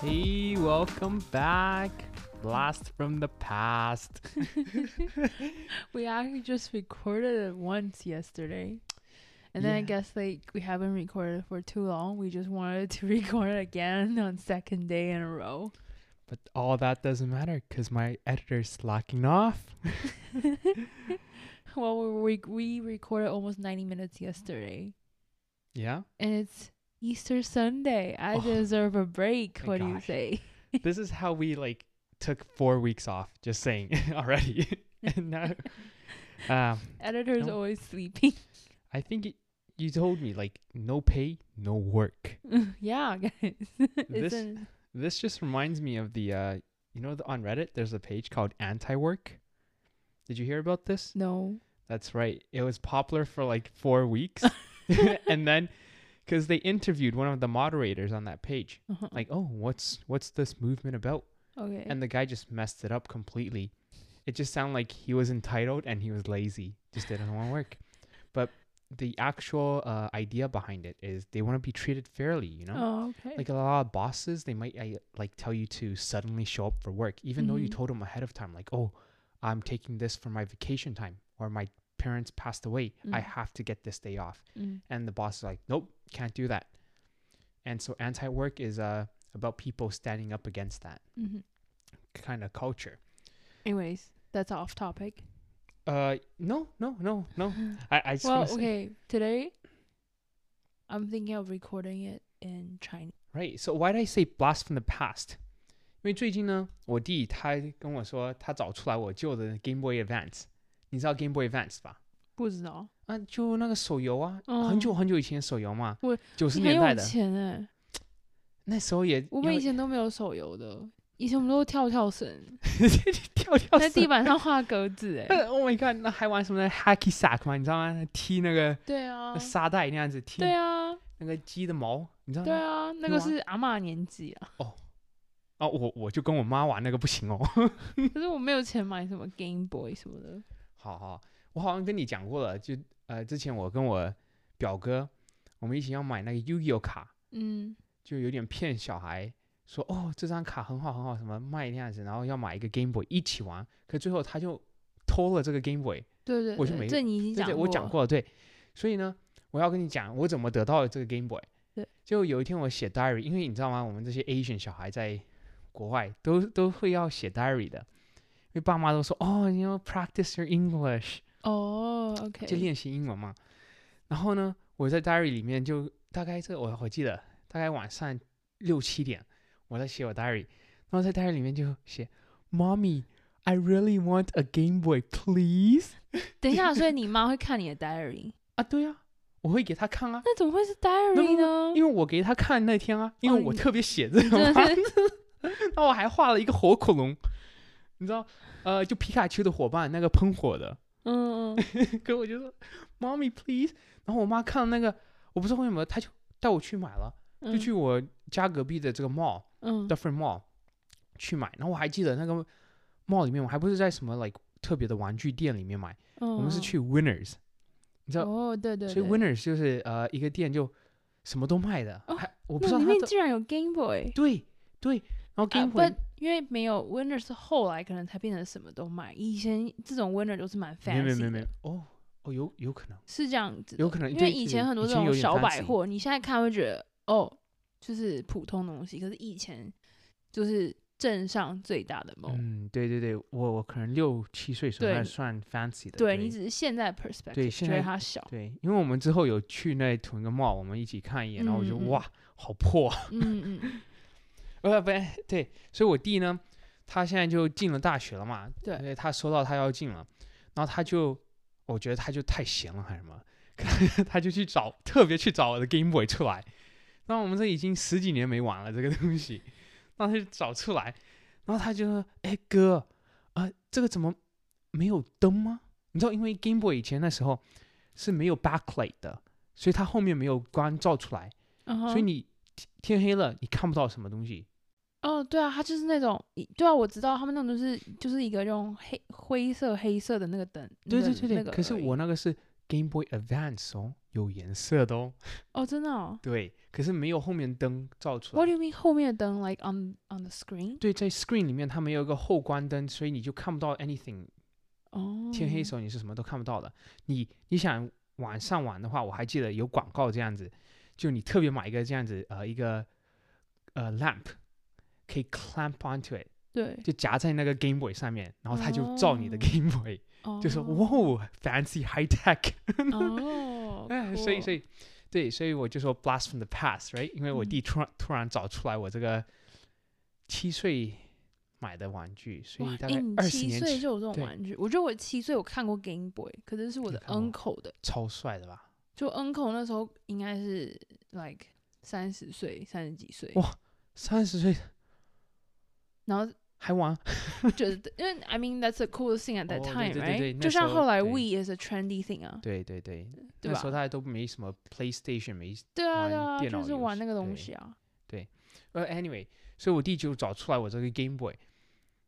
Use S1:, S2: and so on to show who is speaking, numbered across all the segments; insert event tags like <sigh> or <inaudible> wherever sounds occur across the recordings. S1: Hey, welcome back. Blast from the past.
S2: We actually just recorded it once yesterday. And then I
S1: Yeah.
S2: guess like we haven't recorded for too long. We just wanted to <laughs> record again on second day in a row. <laughs>
S1: But all that doesn't matter because my editor's slacking off. <laughs>
S2: Well, we we- we recorded almost 90 minutes yesterday.
S1: Yeah.
S2: And it's Easter Sunday. I
S1: Oh.
S2: deserve a break.
S1: My
S2: What do you
S1: gosh.
S2: say?
S1: this is how we like took four weeks off, just saying <laughs> already. and now, um,
S2: Editor's
S1: No.
S2: always sleeping. <laughs>
S1: I think y you told me like no pay, no work.
S2: yeah, guys. <laughs>
S1: This-
S2: Isn't-
S1: This just reminds me of the, uh, you know, the, on Reddit, there's a page called Anti Work. Did you hear about this?
S2: no.
S1: That's right. It was popular for like four weeks. <laughs> <laughs>
S2: <laughs>
S1: and then because they interviewed one of the moderators on that page.
S2: Uh-huh.
S1: Like, oh, what's what's this movement about?
S2: okay.
S1: And the guy just messed it up completely. It just sounded like he was entitled and he was lazy. Just didn't want to work. But the actual uh, idea behind it is they want to be treated fairly, you know?
S2: oh, okay.
S1: Like a lot of bosses, they might I, like tell you to suddenly show up for work, even though you
S2: Mhm.
S1: told them ahead of time, like, "Oh, I'm taking this for my vacation time, or my parents passed away, I
S2: Mm.
S1: have to get this day off."
S2: Mm.
S1: And the boss is like, "Nope, can't do that." And so anti-work is uh about people standing up against that
S2: hmm
S1: kind of culture.
S2: Anyways, that's off topic.
S1: <laughs> Uh, no, no, no, no. I, I just wanna say-
S2: well, okay. Today, I'm thinking of recording it in Chinese.
S1: Right. So why did I say blast from the past? 因为最近呢，我弟他跟我说，他找出来我旧的 Game Boy Advance。你知道 Game Boy Advance 吧？
S2: 不知道，
S1: 啊，就那个手游啊，很久
S2: 哦
S1: 很久以前的手游嘛
S2: 我，
S1: 九十
S2: 很
S1: 年代
S2: 有
S1: 的，
S2: 钱哎、
S1: 那时候也
S2: 我
S1: 因
S2: 们以
S1: 为
S2: 前都没有手游的，以前我们都跳跳绳，
S1: <laughs> 跳跳
S2: 在地
S1: 绳。
S2: 板上画格子哎、
S1: <laughs> 呃 <laughs> Oh my god！那还玩什么 hacky sack 吗？你知道吗？踢那个
S2: 对啊
S1: <laughs> 那，沙袋那样子踢
S2: 对啊，
S1: 那个鸡的毛，你知道
S2: 对
S1: 吗？
S2: 啊，那
S1: 有
S2: 个
S1: 啊
S2: 是阿嬷年纪啊，
S1: 哦，我我就跟我妈玩那个不行哦。 <laughs>
S2: 可是我没有钱买什么 Game Boy 什么的。
S1: 好好，我好像跟你讲过了，就呃，之前我跟我表哥，我们一起要买那个 Yu-Gi-Oh 卡，
S2: 嗯，
S1: 就有点骗小孩说哦这张卡很好很好，什么卖那样子，然后要买一个 Game Boy 一起玩，可最后他就偷了这个 Game Boy，
S2: 对对
S1: 我就
S2: 对
S1: 没
S2: 这你已经
S1: 对
S2: 讲
S1: 对，我讲
S2: 了，
S1: 过了，对，所以呢，我要跟你讲我怎么得到了这个 Game Boy，
S2: 对，
S1: 就有一天我写 diary，因为你知道吗，我们这些 Asian 小孩在国外都都会要写 diary 的，因为爸妈都说哦你要 practice your <laughs> English。
S2: 哦，OK，
S1: 就练习英文嘛。然后呢，我在 diary 里面就大概这我我记得大概晚上六七点我在写我 diary，然后在 diary 里面就写，Mommy。I really want a Game Boy, please。
S2: 等一下，所以你妈会看
S1: <laughs>
S2: 你的 diary？
S1: 啊，对啊，我会给他看啊，
S2: 那怎么会是
S1: 没有
S2: diary <laughs> 呢？
S1: 因为我给他看那天啊，因为
S2: 哦
S1: 我
S2: 你
S1: 特别写这个
S2: 真
S1: 嘛
S2: 的，是
S1: <laughs> 那我还画了一个火恐龙，你知道，呃，就皮卡丘的伙伴那个喷火的， <laughs>
S2: 嗯，嗯嗯
S1: 可我就说，Mommy please。然后我妈看到那个，我不知道为什么，她就带我去买了，就
S2: 嗯
S1: 去我家隔壁的这个 mall、
S2: 嗯
S1: Dufferin Mall 去买。然后我还记得那个 mall 里面，我还不是在什么 like 特别的玩具店里面买，
S2: 我
S1: 我们是去 Winners，你知道，
S2: 嗯哦，对哦对，
S1: 所以
S2: 对
S1: Winners 就是呃一个店就什么都卖的，
S2: 哦
S1: 还我
S2: 那
S1: 不知道
S2: 里
S1: 它
S2: 面啊
S1: 的
S2: 居然有 Game Boy，
S1: 对对，然后 Game Boy、
S2: 不，因为没有 Winner 是后来可能才变成什么都买，以前这种 Winner 都是蛮
S1: 没有没有
S2: fancy
S1: 没有
S2: 的，
S1: 没有哦哦有有可能
S2: 是这样子的，
S1: 有可能
S2: 因
S1: 对
S2: 为以
S1: 对
S2: 前很多这
S1: 有
S2: 种
S1: 点
S2: 小百
S1: fancy
S2: 货，你现在看会觉得哦，就是普通东西，可是以前就是镇上最大的梦，
S1: 嗯，对对对，我我可能六七岁时候
S2: 哦对
S1: 还
S2: 你
S1: 算 fancy 的。
S2: 对你只是现在 perspective
S1: 现
S2: 觉得
S1: 在，
S2: 它小
S1: 对，因为我们之后有去那同一个 mall，我们一起看一眼，然后我就
S2: 嗯嗯嗯
S1: 哇，好破啊！
S2: 嗯嗯
S1: <laughs>
S2: 嗯，
S1: 呃，不对，所以我弟呢，他现在就进了大学了嘛，
S2: 对
S1: 因为他收到他要进了，然后他就，我觉得他就太闲了还是什么， <laughs> 他就去找特别去找我的 Game Boy 出来，那我们这已经十几年没玩了这个东西，那他就找出来，然后他就说，哎哥，啊、这个怎么没有灯吗？你知道，因为 Game Boy 以前那时候是没有 backlight 的，所以它后面没有光照出来，
S2: 嗯哼
S1: 所以你天天黑了你看不到什么东西。
S2: 哦，对啊，它就是那种，一对啊，我知道他们那种就是就是一个用黑灰色黑色的那个灯，那
S1: 对对
S2: 个
S1: 对对，
S2: 那个
S1: 可是
S2: 而已
S1: 我那个是 Game Boy Advance 哦，有颜色的哦。
S2: 哦，真的哦。
S1: 对，可是没有后面灯照出
S2: What
S1: 来。
S2: do you mean 后面的灯？Like on on the screen？
S1: 对，在 screen 里面它没有一个后关灯，所以你就看不到 anything。
S2: 哦，
S1: 天黑的时候你是什么都看不到的。你你想晚上玩的话，我还记得有广告这样子，就你特别买一个这样子呃一个呃 lamp，可以 clamp onto it，
S2: 对，
S1: 就夹在那个 Game Boy 上面，然后它就照你的
S2: 哦
S1: Game Boy，、就说哇
S2: 哦
S1: 哦 fancy high tech。，
S2: 哦
S1: <laughs> 哎，所以所
S2: 以
S1: 以对，所以我就说 blast from the past，right？因为我
S2: 嗯
S1: 弟突然、突然找出来我这个七岁买的玩具，所以大概
S2: 哎你
S1: 二十
S2: 七
S1: 年
S2: 岁
S1: 前
S2: 就有这
S1: 对
S2: 种玩具。我觉得我七岁我看过 Game Boy，可是是我
S1: 你
S2: 的
S1: 看过
S2: uncle 的，
S1: 超帅的吧？
S2: 就 uncle 那时候应该是 like 三十岁、三十几岁，
S1: 哇三十岁
S2: 然后
S1: 还玩，
S2: 觉得，因为 I mean that's the coolest thing at that
S1: 哦对
S2: time，
S1: 对对对
S2: right？
S1: 那
S2: 就像
S1: 时候
S2: 后来
S1: 对
S2: We 也是 trendy thing 啊，
S1: 对对对，
S2: 对
S1: 那时候大
S2: 吧？
S1: 家都没什么 PlayStation，没
S2: 对啊，对
S1: 玩
S2: 啊，
S1: 电
S2: 就
S1: 脑
S2: 是
S1: 游
S2: 玩
S1: 戏
S2: 那个
S1: 对
S2: 东西啊。
S1: 呃 anyway，所以我弟就找出来我这个 Game Boy，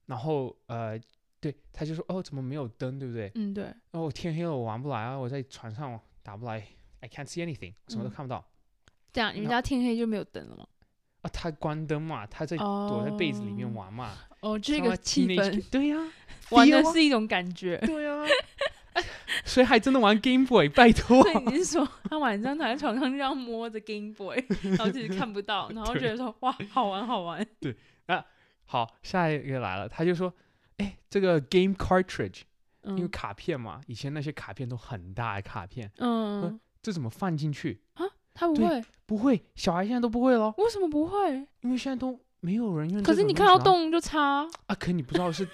S1: 然后呃。对，他就说哦，怎么没有灯，对不对？
S2: 嗯，对，
S1: 哦，天黑了，我玩不来啊，我在船上打不来，I can't see anything，什么都
S2: 嗯
S1: 看不到。
S2: 这样你们
S1: 那
S2: 家天黑就没有灯了吗？
S1: 啊，他关灯嘛，他在躲在被子里面玩嘛，
S2: 哦，这
S1: 他妈
S2: 个气
S1: teenage
S2: 氛
S1: kid- 对
S2: <laughs>
S1: 呀、
S2: 玩的
S1: feel 啊
S2: 是一种感
S1: <laughs>
S2: 觉。
S1: 对啊呀、谁还真的玩 Game Boy？拜托
S2: 所，以你是说他晚上躺在床上这样摸着 Game Boy，然
S1: <laughs>
S2: 后自己看不到，然后觉得说哇好玩好玩，
S1: 好，下一个来了，他就说，哎，这个 Game Cartridge，因为
S2: 嗯
S1: 卡片嘛，以前那些卡片都很大的卡片，
S2: 嗯，
S1: 这怎么放进去？
S2: 他不
S1: 对
S2: 会，
S1: 不会，小孩现在都不会咯，
S2: 为什么不会？
S1: 因为现在都没有人用这种东西啊。
S2: 可是你看到洞就插，
S1: 啊，可你不知道是，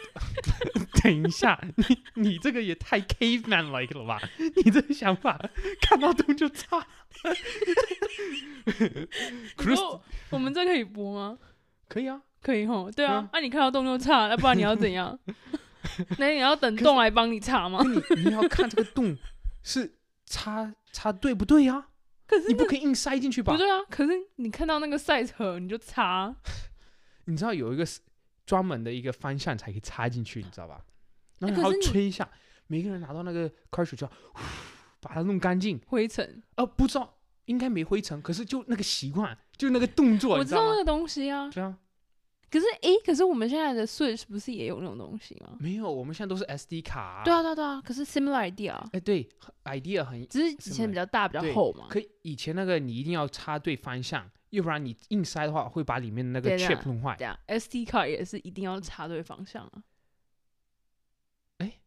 S1: <laughs> 等一下，你你这个也太 caveman like 了吧？你这个想法，看到洞就炸。
S2: 你
S1: Chris-
S2: 说我们这可以播吗？
S1: 可以啊，
S2: 可以吼，对啊
S1: 嗯，
S2: 那你看到洞就插，那不然你要
S1: <laughs>
S2: 怎样？那你要等
S1: 可是
S2: 洞来帮你插吗
S1: 那？你你要看这个洞是插插对不对呀、啊？
S2: 可是
S1: 你不可以硬塞进去吧
S2: 不？对啊，可是你看到那个赛车你就插，
S1: 你知道有一个是专门的一个方向才可以插进去，你知道吧？然
S2: 哎
S1: 后还要
S2: 可是你
S1: 吹一下，每个人拿到那个 cartridge 就要呼把它弄干净。
S2: 灰尘，
S1: 呃，不知道应该没灰尘，可是就那个习惯，就那个动作，
S2: 我
S1: 你
S2: 知道那
S1: 吗？
S2: 个东西啊。
S1: 对啊。
S2: 可是诶，可是我们现在的 Switch 不是也有那种东西吗？
S1: 没有，我们现在都是 SD 卡、啊
S2: 对，啊，对啊，对啊。可是 similar idea 啊，
S1: 哎，对很，idea 很，
S2: 只是以前比较大比较厚嘛。
S1: 可以前那个你一定要插对方向，要不然你硬塞的话会把里面的那个
S2: 对的
S1: chip 弄坏。
S2: 这样 SD 卡也是一定要插对方向啊。
S1: 诶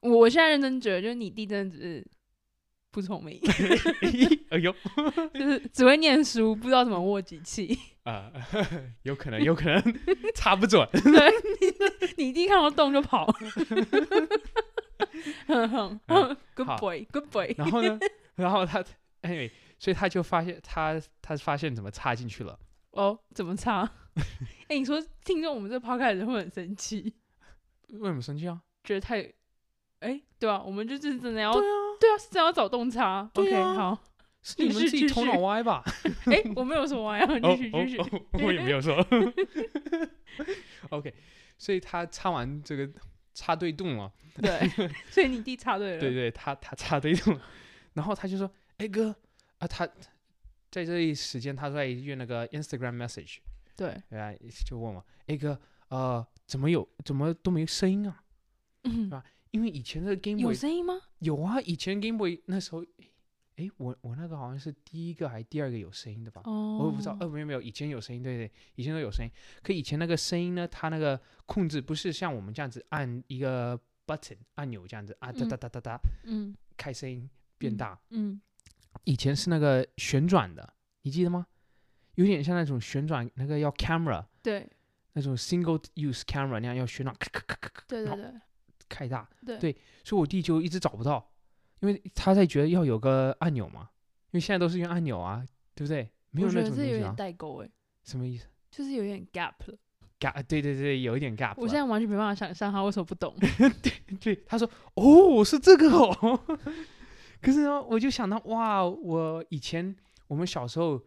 S2: 我我现在认真觉得，就是你弟真的只是不聪明， <laughs>
S1: <laughs> 哎呦，
S2: 就是只会念书，不知道怎么握机器。
S1: 啊、 <laughs> 有可能，有可能插不准。
S2: 你弟看到洞就跑。 <laughs> 哼哼哼
S1: 嗯好
S2: Good boy, good boy。
S1: 然后呢，然后他 anyway，所以他就发现他他发现怎么插进去了。
S2: 哦，怎么插？ <laughs> 哎、你说听众我们这抛开人会很生气，
S1: 为什么生气啊？
S2: 觉得太……哎、对啊，我们就是真的要
S1: 对
S2: 啊，对啊，是真的要找洞插。
S1: 对啊
S2: OK，好。
S1: <laughs> 是你们
S2: 继续
S1: 自己
S2: 继
S1: 头脑
S2: 续
S1: 歪吧？
S2: 哎、我没有什么呀，继续继续。
S1: 哦哦，我也没有说。OK，所以他插完这个插对洞了。
S2: 对，所以你弟插队了。
S1: 对啊对，他他插队了，然后他就说：“哎哥啊，他在这一时间他在用那个 Instagram message，
S2: 对
S1: 对吧？就问我，哎哥，呃，怎么有怎么都没声音啊？
S2: 嗯
S1: 吧因为以前的 Game
S2: 有
S1: Boy
S2: 声音吗？
S1: 有啊，以前 Game Boy 那时候，哎，我我那个好像是第一个还是第二个有声音的吧？
S2: 哦，
S1: 我也不知道，呃，没有没有，以前有声音，对对，以前都有声音。可以前那个声音呢，它那个控制不是像我们这样子按一个 button 按钮这样子啊哒
S2: 嗯
S1: 哒哒哒哒
S2: 嗯
S1: 开声音变
S2: 嗯
S1: 大，
S2: 嗯，
S1: 以前是那个旋转的，你记得吗？有点像那种旋转那个要 camera
S2: 对
S1: 那种 single use camera 那样要旋转，咔咔咔咔咔
S2: 对
S1: 然
S2: 对
S1: 后
S2: 对
S1: 开大。
S2: 对
S1: 对所以我弟就一直找不到，因为他在觉得要有个按钮嘛，因为现在都是用按钮啊，对不对？没有
S2: 我觉
S1: 那
S2: 得
S1: 种
S2: 这
S1: 东
S2: 有
S1: 西
S2: 点
S1: 啊，
S2: 代沟哎、
S1: 什么意思
S2: 就是有点 gap 了。
S1: ？gap，对啊对对，有一点 gap 了。
S2: 我现在完全没办法想象他为什么不懂。
S1: 对，他说哦，是这个哦。 <laughs> 可是呢，我就想到哇，我以前我们小时候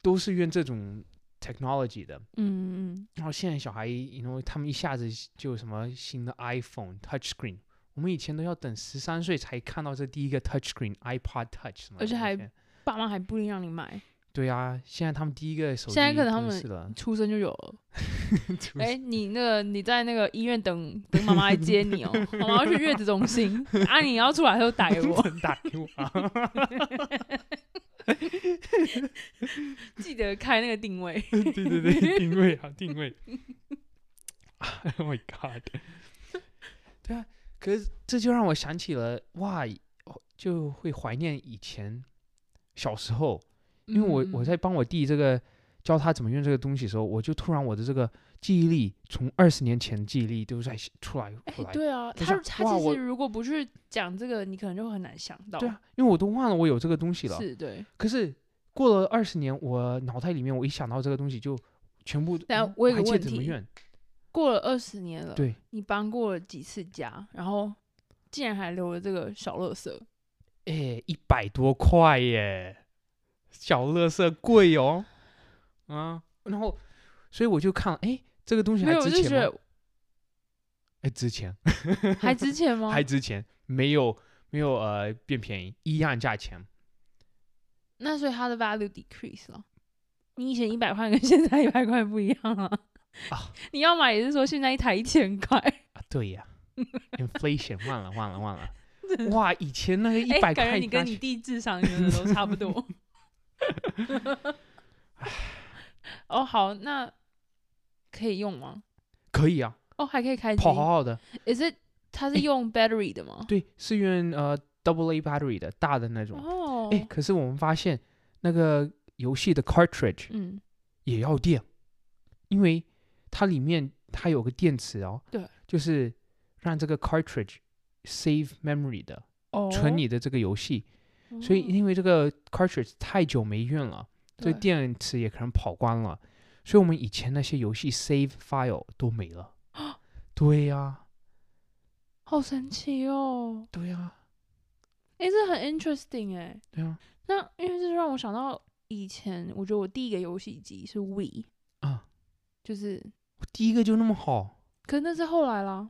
S1: 都是用这种 technology 的，
S2: 嗯嗯
S1: 然后现在小孩，因为他们一下子就有什么新的 iPhone Touch Screen，我们以前都要等十三岁才看到这第一个 touchscreen iPod Touch 什么的
S2: 而且还
S1: 那些
S2: 爸妈还不一定让你买，对
S1: 对啊，现在他们第一个手机
S2: 现在可能他
S1: 真的
S2: 们，
S1: 是了 <laughs>
S2: 出生就有了。
S1: 就是
S2: 哎、你那个你在那个医院等等妈妈来接你哦，妈妈要去月子中心啊，你要出来就打给
S1: <laughs>
S2: 我，
S1: 打给我啊， <laughs>
S2: 记得开那个定位。
S1: 对对对，定位啊，定位。oh my god！对啊，可是这就让我想起了哇，就会怀念以前小时候，因为我我
S2: 嗯
S1: 在帮我弟这个教他怎么用这个东西的时候，我就突然我的这个记忆力从二十年前的记忆力都在出来
S2: 哎、
S1: 出来，
S2: 对啊，
S1: 就
S2: 他
S1: 像
S2: 他
S1: 哇
S2: 其
S1: 我
S2: 实如果不去讲这个，你可能就很难想到。
S1: 对啊，因为我都忘了我有这个东西了。
S2: 哦是对。
S1: 可是过了二十年，我脑袋里面我一想到这个东西就全部。
S2: 等下
S1: 嗯
S2: 我有
S1: 还
S2: 个
S1: 记得
S2: 问
S1: 怎么
S2: 题呃
S1: 用？
S2: 过了二十年了，
S1: 对，
S2: 你搬过了几次家，然后竟然还留了这个小垃圾，
S1: 哎，一百多块耶，小乐色贵哦，啊，然后，所以我就看了，哎，这个东西
S2: 没
S1: 还
S2: 有，我
S1: 值
S2: 就觉
S1: 钱吗？
S2: 得
S1: 哎，值钱，
S2: 还值
S1: <laughs>
S2: 钱吗？
S1: 还值钱，没有没有呃变便宜，一样价钱，
S2: 那所以它的 value decrease 了。你以前一百块跟现在一百块不一样啊！
S1: 啊
S2: 你要买也是说现在一台一千块，
S1: 啊，对
S2: <laughs>
S1: 呀，inflation 忘了忘了忘了，哇，以前那个 <laughs> 一
S2: 哎
S1: 百
S2: 感觉
S1: 块
S2: 你跟
S1: 拿
S2: 你
S1: 去，
S2: 弟
S1: <laughs>
S2: 智商真的都差不多。哦，好，那可以用吗？
S1: 可以啊，
S2: 哦，还可以开机。
S1: 跑好啊好的，
S2: Is it？它是用 battery 的吗？
S1: 对，是用呃 double A battery 的大的那种，
S2: 哦，
S1: 哎，可是我们发现那个游戏的 cartridge
S2: 嗯，
S1: 也要电，因为它里面它有个电池哦，
S2: 对，
S1: 就是让这个 cartridge save memory 的，
S2: 哦，
S1: 存你的这个游戏。所以因为这个 cartridge 太久没用了，这
S2: 对
S1: 个电池也可能跑光了，所以我们以前那些游戏 save file 都没了。对呀、
S2: 好神奇哦，
S1: 对呀、
S2: 哎、这很 interesting 哎、
S1: 对呀、
S2: 那因为这就让我想到以前，我觉得我第一个游戏机是 We，
S1: 啊！
S2: 就是，
S1: 我第一个就那么好。
S2: 可是那是后来啦，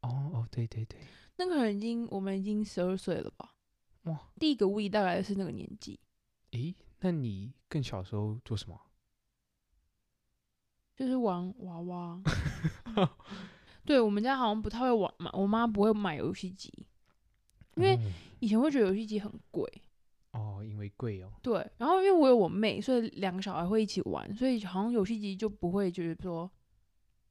S1: 哦哦，对对对，
S2: 那个人已经我们已经十二岁了吧？
S1: 哇，
S2: 第一个 We 大概是那个年纪，
S1: 诶，那你更小时候做什么？
S2: 就是玩娃娃。
S1: <laughs>
S2: 对我们家好像不太会玩嘛，我妈不会买游戏机，因为以前会觉得游戏机很贵。
S1: 哦哦，因为贵哦。
S2: 对，然后因为我有我妹，所以两个小孩会一起玩，所以好像游戏机就不会就是说，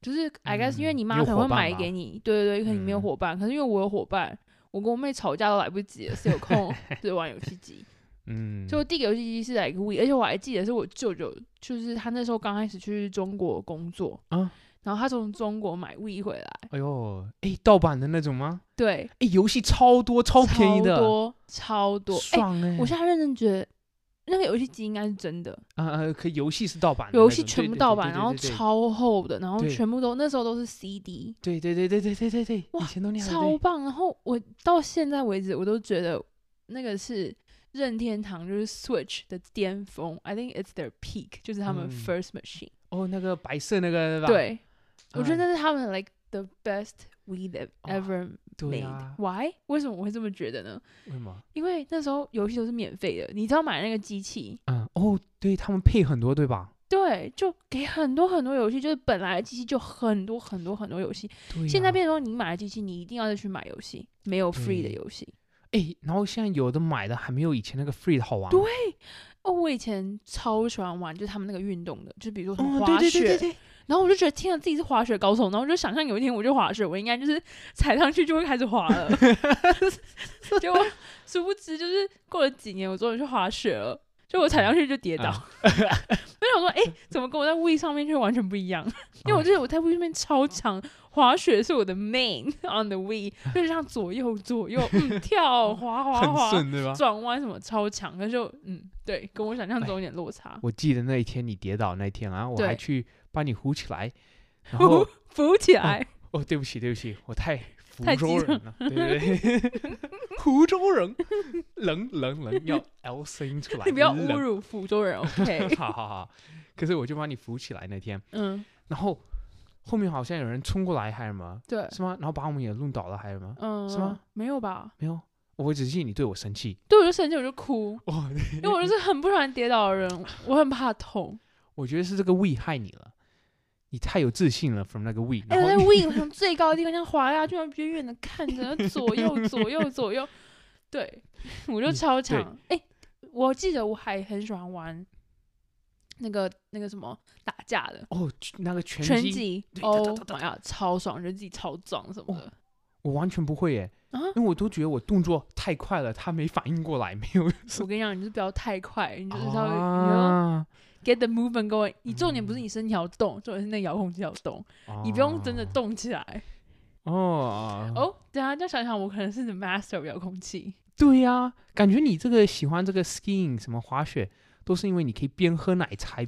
S2: 就是 I guess、因为
S1: 嗯
S2: 你
S1: 你
S2: 妈
S1: 有
S2: 可能
S1: 伙
S2: 会
S1: 伴
S2: 买
S1: 吧
S2: 给你，对对对，可能你没有
S1: 嗯
S2: 伙伴，可是因为我有伙伴，我跟我妹吵架都来不及了，谁
S1: <laughs>
S2: 有空就玩游戏机？
S1: 嗯，
S2: 所以我第一个游戏机是 like We，而且我还记得是我舅舅，就是他那时候刚开始去中国工作
S1: 啊
S2: 然后他从中国买 We 回来，
S1: 哎呦，哎，盗版的那种吗？
S2: 对，
S1: 哎，游戏超多，超便宜
S2: 超
S1: 的，
S2: 多超多，哎、
S1: 爽哎、
S2: 我现在认真觉得那个游戏机应该是真的。
S1: 啊啊，可游戏是盗版的那种，
S2: 游戏全部盗版，然后
S1: 超
S2: 超厚的，然后
S1: 对
S2: 全部都那时候都是 CD，
S1: 对对对对对对对对，
S2: 哇
S1: 以前都那样的
S2: 超棒。然后我到现在为止，我都觉得那个是任天堂就是 Switch 的巅峰，I think it's their peak，就是他们
S1: 嗯
S2: first machine、
S1: 哦，那个白色那个吧，
S2: 对，我觉
S1: 嗯
S2: 得那是他们 like the best we have
S1: 哇
S2: ever
S1: 对
S2: made、
S1: 啊，
S2: Why？为什么我会这么觉得呢？
S1: 为什么？
S2: 因为那时候游戏都是免费的，你只要买那个机器，
S1: 嗯，哦，对他们配很多对吧？
S2: 对，就给很多很多游戏，就是本来的机器就很多很多很多游戏，
S1: 对、啊
S2: 现在变成说，你买了机器，你一定要再去买游戏，没有 free 的
S1: 对
S2: 游戏。
S1: 哎，然后现在有的买的还没有以前那个 free 的好玩。
S2: 对哦，我以前超喜欢玩，就是他们那个运动的，就比如说什么
S1: 哦，
S2: 滑
S1: 对
S2: 雪，
S1: 对对对对，
S2: 然后我就觉得天啊，自己是滑雪高手，然后我就想象有一天我就滑雪，我应该就是踩上去就会开始滑了。 <laughs>
S1: <laughs>
S2: 结果殊不知，就是过了几年，我终于去滑雪了，就我踩上去就跌倒。
S1: 啊
S2: <laughs> 我就想说，哎、怎么跟我在 w 上面却完全不一样？因为我
S1: 啊
S2: 觉得我在 Wii 上面超强，滑雪是我的 main <laughs> on the Wii，就是像左右左右，嗯，跳滑滑
S1: 哦很
S2: 滑，
S1: 顺对吧？
S2: 转弯什么超强，可是就嗯，对，跟我想象中有点落差。
S1: 我记得那一天你跌倒那一天啊，我还
S2: 对
S1: 去帮你扶起来，然后
S2: <laughs> 扶扶起来，
S1: 哦，对不起，对不起，我太福
S2: 太
S1: 州
S2: 激动
S1: 人了，对对 <laughs> 对，福州人，冷冷冷，要 L 声音出来，
S2: <laughs> 你不要
S1: 冷
S2: 侮。辱福州人，OK？
S1: <laughs> 好好好，可是我就把你扶起来那天，
S2: 嗯，
S1: 然后后面好像有人冲过来还是什么，
S2: 对，
S1: 是吗？然后把我们也弄倒了还是什么？
S2: 嗯，
S1: 是吗？
S2: 没有吧？
S1: 没有，我只记得你对我生气。
S2: 对，我就生气，我就哭，
S1: 哦，
S2: 因为我就是很不喜欢跌倒的人，我很怕痛。
S1: <laughs> 我觉得是这个胃害你了，你太有自信了，from 那个胃，
S2: 哎、
S1: 然
S2: 我在
S1: 后
S2: win 上最高的地方，像滑下去，然后远远的看着，然后左右左右左右，对 <laughs> 我就
S1: 你
S2: 超
S1: 嗯对
S2: 强。哎、我记得我还很喜欢玩那个那个什么打架的
S1: 哦，那个拳
S2: 拳
S1: 击
S2: 击
S1: 对哒
S2: ，Oh
S1: 哒哒
S2: my god，超爽，觉得自己超壮什么
S1: 哦
S2: 的。
S1: 我完全不会耶，
S2: 啊
S1: 因为我都觉得我动作太快了，他没反应过来，没有。
S2: 我 <laughs> 跟你讲，你就是不要太快，你就是稍微、
S1: 啊，嗯
S2: 你要 get the movement going。你重点不是你身体要动，重点是那个遥控器要动，你不用真的
S1: 啊
S2: 动起来。
S1: 哦。
S2: 哦，等一下再想想，我可能是 the master of 遥控器。
S1: 对呀、感觉你这个喜欢这个 skiing 什么滑雪，都是因为你可以边喝奶茶，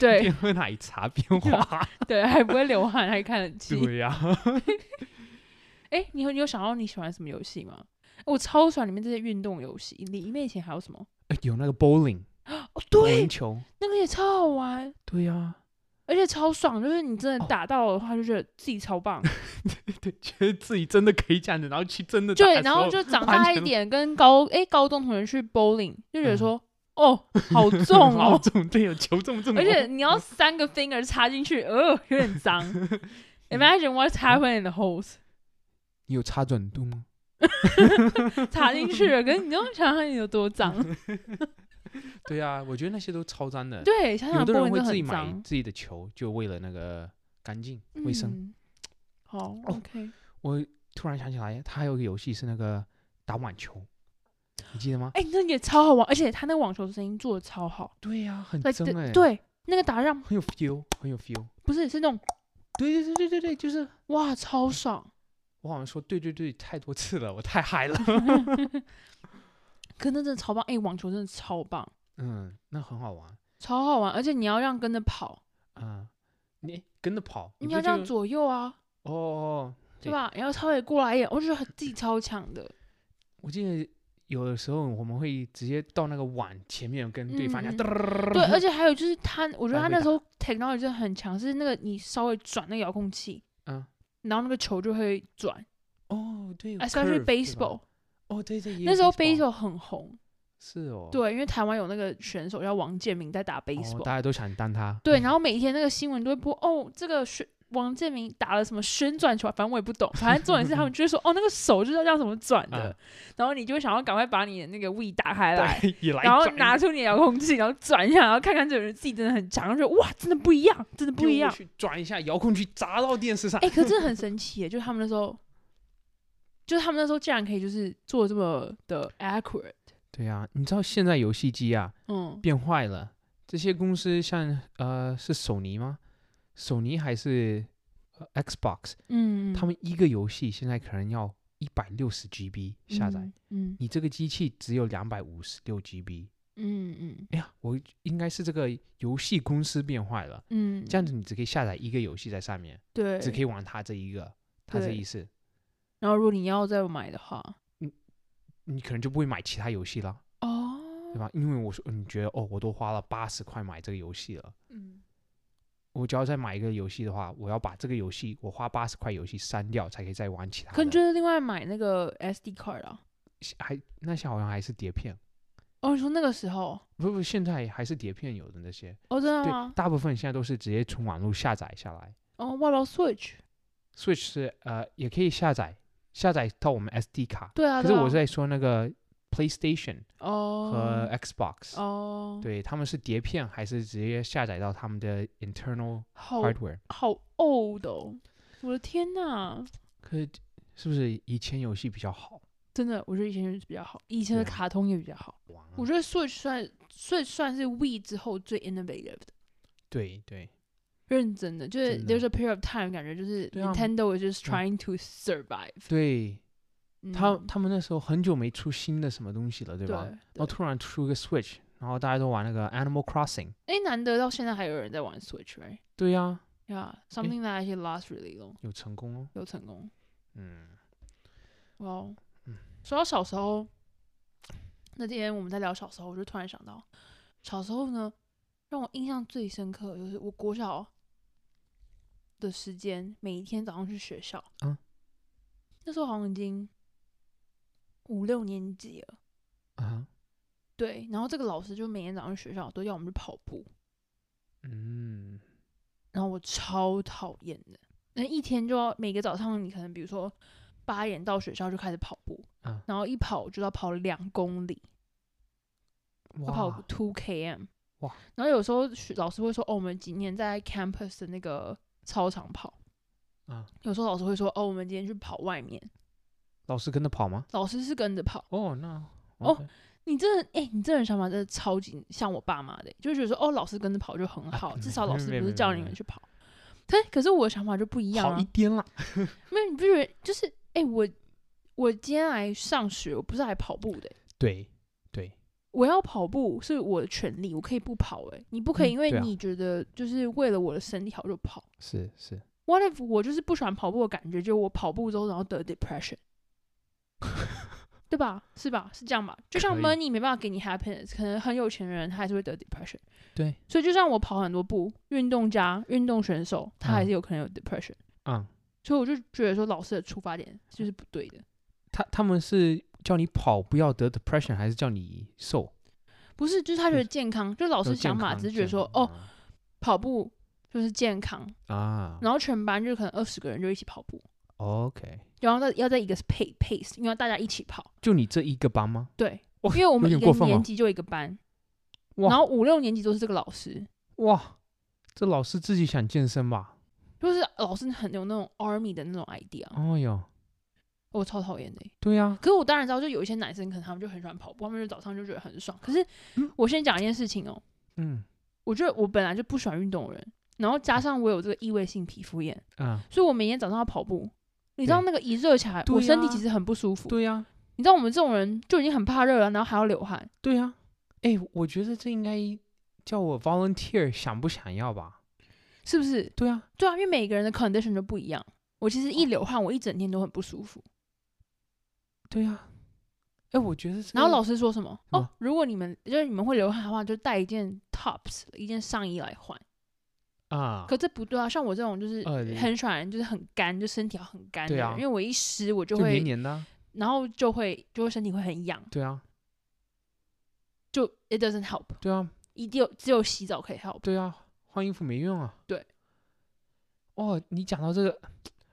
S2: 对
S1: <laughs> 边喝奶
S2: <laughs>
S1: 茶边滑。
S2: 对，还不会流汗，还看得清。
S1: 对呀、
S2: 哎、你有你有想到你喜欢什么游戏吗？我超喜欢里面这些运动游戏，里里面以前还有什么？
S1: <laughs> 哎有那个 bowling
S2: 哦，
S1: 篮
S2: 对，
S1: 球，
S2: 那个也超好玩，
S1: 对呀、
S2: 而且超爽，就是你真的
S1: 哦
S2: 打到的话，就觉得自己超
S1: <laughs>
S2: 棒。
S1: <laughs> 对，觉得自己真的可以这样子，然后去真的打
S2: 对，
S1: 的时
S2: 然
S1: 候
S2: 后就长
S1: <laughs> 完
S2: 大一
S1: 全
S2: 点，跟高哎、高中同学去 bowling，就觉得
S1: 嗯
S2: 说、哦，好
S1: <laughs>
S2: 重
S1: 好
S2: 哦，
S1: 重，对，有球重重，哦
S2: 而且你要三个 finger 插进去，呃，有点
S1: <laughs>
S2: 脏。Imagine what's happening in the holes，
S1: 你有差准度吗？
S2: <laughs> 插进去了，可是你都想想你有多脏。
S1: 嗯对呀、我觉得那些都超脏的。
S2: <laughs> 对，想想
S1: 有的
S2: bowling
S1: 人会
S2: 真的
S1: 自己
S2: 很
S1: 买
S2: 脏。
S1: 自己的球，就为了那个干净卫生。哦
S2: 嗯。好，OK，
S1: 我突然想起来，他还有一个游戏是那个打网球，你记得吗？
S2: 哎、那也超好玩，而且他那个网球声音做的超好，
S1: 对呀、很
S2: like
S1: 真
S2: the-
S1: 哎、，
S2: 对，那个打让
S1: 很有 feel，很有 feel。
S2: 不是是那种
S1: 对对对对对对，就是
S2: 哇超爽， <laughs>
S1: 我好像说对对对太多次了，我太嗨了。
S2: 可那真的超棒，哎、网球真的超棒，
S1: <laughs> 嗯，那很好玩
S2: 超好玩，而且你要让跟着跑，
S1: 啊、你跟着跑，
S2: 你
S1: 不
S2: 要
S1: 就
S2: 让左右啊，
S1: 哦哦。哦对
S2: 对吧？然后超也过来耶，我觉得很自己超强的，
S1: 我记得有的时候我们会直接到那个碗前面跟对方讲，
S2: 嗯
S1: 噔
S2: 对，而且还有就是他，我觉得
S1: 来回
S2: 他那
S1: 打
S2: 时候 technology 真的很强，是那个你稍微转那个遥控器，
S1: 嗯，
S2: 然后那个球就会转哎
S1: 哦，对有 curve，对
S2: ，especially
S1: 吧
S2: baseball，
S1: 哦，对对，也有
S2: 那时候
S1: baseball
S2: baseball 很红，
S1: 是哦，
S2: 对，因为台湾有那个选手叫王建民在打
S1: 哦，
S2: baseball，、
S1: 大家都想当他，
S2: 对，然后每一天那个新闻都会播，哦，这个旋王建民打了什么旋转球啊，反正我也不懂，反正重点是他们就会说，哦，那个手就是要这样怎么转的，
S1: 啊
S2: 然后你就会想要赶快把你的那个 V 打开来，
S1: 对，也来
S2: 然后
S1: 转一
S2: 拿
S1: 个
S2: 出你的遥控器，然后转一下，然后看看这个人自己真的很强，然后觉得哇，真的不一样，真的不
S1: 丢
S2: 一
S1: 过
S2: 样。
S1: 去转一下遥控器砸到电视上，
S2: 哎、可是真的很神奇耶，就是他们那时候，就是他们那时候竟然可以就是做得这么的 accurate，
S1: 对呀、你知道现在游戏机啊
S2: 嗯，
S1: 变坏了，这些公司像呃是索尼吗？索尼还是、呃 Xbox？
S2: 嗯，
S1: 他们一个游戏现在可能要一百六十 GB 下载，
S2: 嗯，
S1: 你这个机器只有两百五十六 GB。
S2: 嗯嗯
S1: 哎呀，我应该是这个游戏公司变坏了，
S2: 嗯，
S1: 这样子你只可以下载一个游戏在上面，
S2: 对，
S1: 只可以玩它这一个，它这
S2: 对
S1: 一次，
S2: 然后如果你要再买的话，
S1: 你可能就不会买其他游戏了，
S2: 哦，
S1: 对吧？因为我说你觉得哦，我都花了八十块买这个游戏了，
S2: 嗯，
S1: 我只要再买一个游戏的话，我要把这个游戏我花八十块游戏删掉，才可以再玩其他的。
S2: 可你就是另外买那个 SD card 啊？
S1: 还那些好像还是碟片，
S2: 哦，你说那个时候？
S1: 不不，现在还是碟片有的那些，
S2: 哦，真的
S1: 对，
S2: 吗？
S1: 大部分现在都是直接从网络下载下来。
S2: 哦，What about Switch？
S1: Switch 是呃也可以下载，下载到我们 SD 卡。
S2: 对啊，
S1: 可是
S2: 对啊
S1: 我在说那个 PlayStation 和
S2: 哦
S1: Xbox，、
S2: 哦，，
S1: 对他们是碟片还是直接下载到他们的 internal
S2: 好
S1: hardware？
S2: 好 old 哦！我的天呐，
S1: 可是是不是以前游戏比较好
S2: 真的，我觉得以前就是比较好，以前的
S1: 对啊
S2: 卡通也比较好。
S1: 玩啊、
S2: 我觉得 Switch 算 Switch 算是 We 之后最 innovative 的，
S1: 对对
S2: 认真的，就是
S1: 真的
S2: there's a period of time，感觉就是
S1: 对啊
S2: Nintendo is just
S1: 嗯
S2: trying to survive
S1: 对，
S2: 嗯。
S1: 他他们那时候很久没出新的什么东西了，对
S2: 对
S1: 吧？哦然后
S2: 对
S1: 突然出一个 Switch，然后大家都玩那个 Animal Crossing。
S2: 哎，难得到现在还有人在玩 Switch，right？
S1: 对呀、
S2: Yeah, something that actually lasts really long，
S1: 有成功哦。
S2: 有成功。
S1: 嗯，
S2: 哇、哦
S1: 嗯
S2: 说到小时候，那天我们在聊小时候，我就突然想到，小时候呢，让我印象最深刻的就是我国小的时间，每一天早上去学校。
S1: 嗯，
S2: 那时候好像已经五六年级了。
S1: 啊，
S2: 对，然后这个老师就每天早上去学校都要我们去跑步，
S1: 嗯，
S2: 然后我超讨厌的。那一天就要每个早上，你可能比如说八点到学校就开始跑步，
S1: 啊
S2: 然后一跑就要跑两公里，要跑
S1: 哇，
S2: two km。
S1: 哇！
S2: 然后有时候学老师会说：“哦，我们今天在 campus 的那个操场跑。”
S1: 啊，
S2: 有时候老师会说：“哦，我们今天去跑外面。
S1: 老师跟着跑吗？”
S2: 老师是跟着跑。
S1: 哦，那
S2: 哦
S1: OK
S2: 你这人，哎、你这人想法真的超级像我爸妈的、就觉得说：“哦，老师跟着跑就很好，
S1: 啊
S2: 至
S1: <laughs>
S2: 少老师不是叫你们去跑。”但可是我的想法就不一样
S1: 好
S2: 啊
S1: 一！点啦，
S2: 没有，你不觉得就是哎、我我今天来上学，我不是来跑步的、
S1: 对对，
S2: 我要跑步是我的权利，我可以不跑、哎，你不可以
S1: 嗯
S2: 因为
S1: 对啊
S2: 你觉得就是为了我的身体好就跑。
S1: 是是，
S2: What if 我就是不喜欢跑步的感觉，就是我跑步之后然后得 depression，对吧？是吧？是这样吧？就像
S1: 可以
S2: money 没办法给你 happiness，可能很有钱的人他还是会得 depression。
S1: 对，
S2: 所以就算我跑很多步，运动家、运动选手，他还是有可能有 depression。
S1: 嗯，
S2: 所以我就觉得说，老师的出发点就是不对的。
S1: 他他们是叫你跑不要得 depression，还是叫你瘦？
S2: 不是，就是他觉得健康，就老
S1: 老
S2: 师想法哦只是觉得说，哦，跑步就是健康，
S1: 啊
S2: 然后全班就可能二十个人就一起跑步，
S1: ，OK，
S2: 然后在要在一个 pace pace，因为大家一起跑。
S1: 就你这一个班吗？
S2: 对，
S1: 哇
S2: 因为我们
S1: 有
S2: 一
S1: 点过
S2: 个
S1: 分哦
S2: 年级就一个班，
S1: 哇
S2: 然后五六年级都是这个老师，
S1: 哇，这老师自己想健身吧？
S2: 就是老师很有那种 army 的那种 idea，、
S1: 哦哟，
S2: 我超讨厌的欸。
S1: 对呀，
S2: 可是我当然知道，就有一些男生可能他们就很喜欢跑步，他们就早上就觉得很爽。可是
S1: 嗯
S2: 我先讲一件事情哦、
S1: 嗯
S2: 我觉得我本来就不喜欢运动的人，然后加上我有这个异位性皮肤炎，
S1: 啊，
S2: 所以我每天早上要跑步。你知道那个一热起来，
S1: 对
S2: 我身体
S1: 呀
S2: 其实很不舒服。
S1: 对呀，
S2: 你知道我们这种人就已经很怕热了，然后还要流汗。
S1: 对呀，哎，我觉得这应该叫我 volunteer，想不想要吧？
S2: 是不是？
S1: 对啊，
S2: 对啊，因为每个人的 condition 都不一样。我其实
S1: 哦
S2: 一流汗，我一整天都很不舒服。
S1: 对呀，哎，我觉得这
S2: 然后
S1: 个
S2: 老师说什么？
S1: 什么
S2: 哦，如果你们就是你们会流汗的话，就带一件 tops 一件上衣来换。
S1: 啊，
S2: 可这不对啊，像我这种就是
S1: 呃
S2: 很喜欢就是很干，就身体要很干的
S1: 对
S2: 人，
S1: 啊
S2: 因为我一湿我就
S1: 就
S2: 会，
S1: 黏黏的啊，
S2: 然后就会就会身体会很痒，
S1: 对啊，
S2: 就 it doesn't help，
S1: 对啊，
S2: 一定有只有洗澡可以 help。
S1: 对啊，换衣服没用啊。
S2: 对。
S1: 哦，你讲到这个，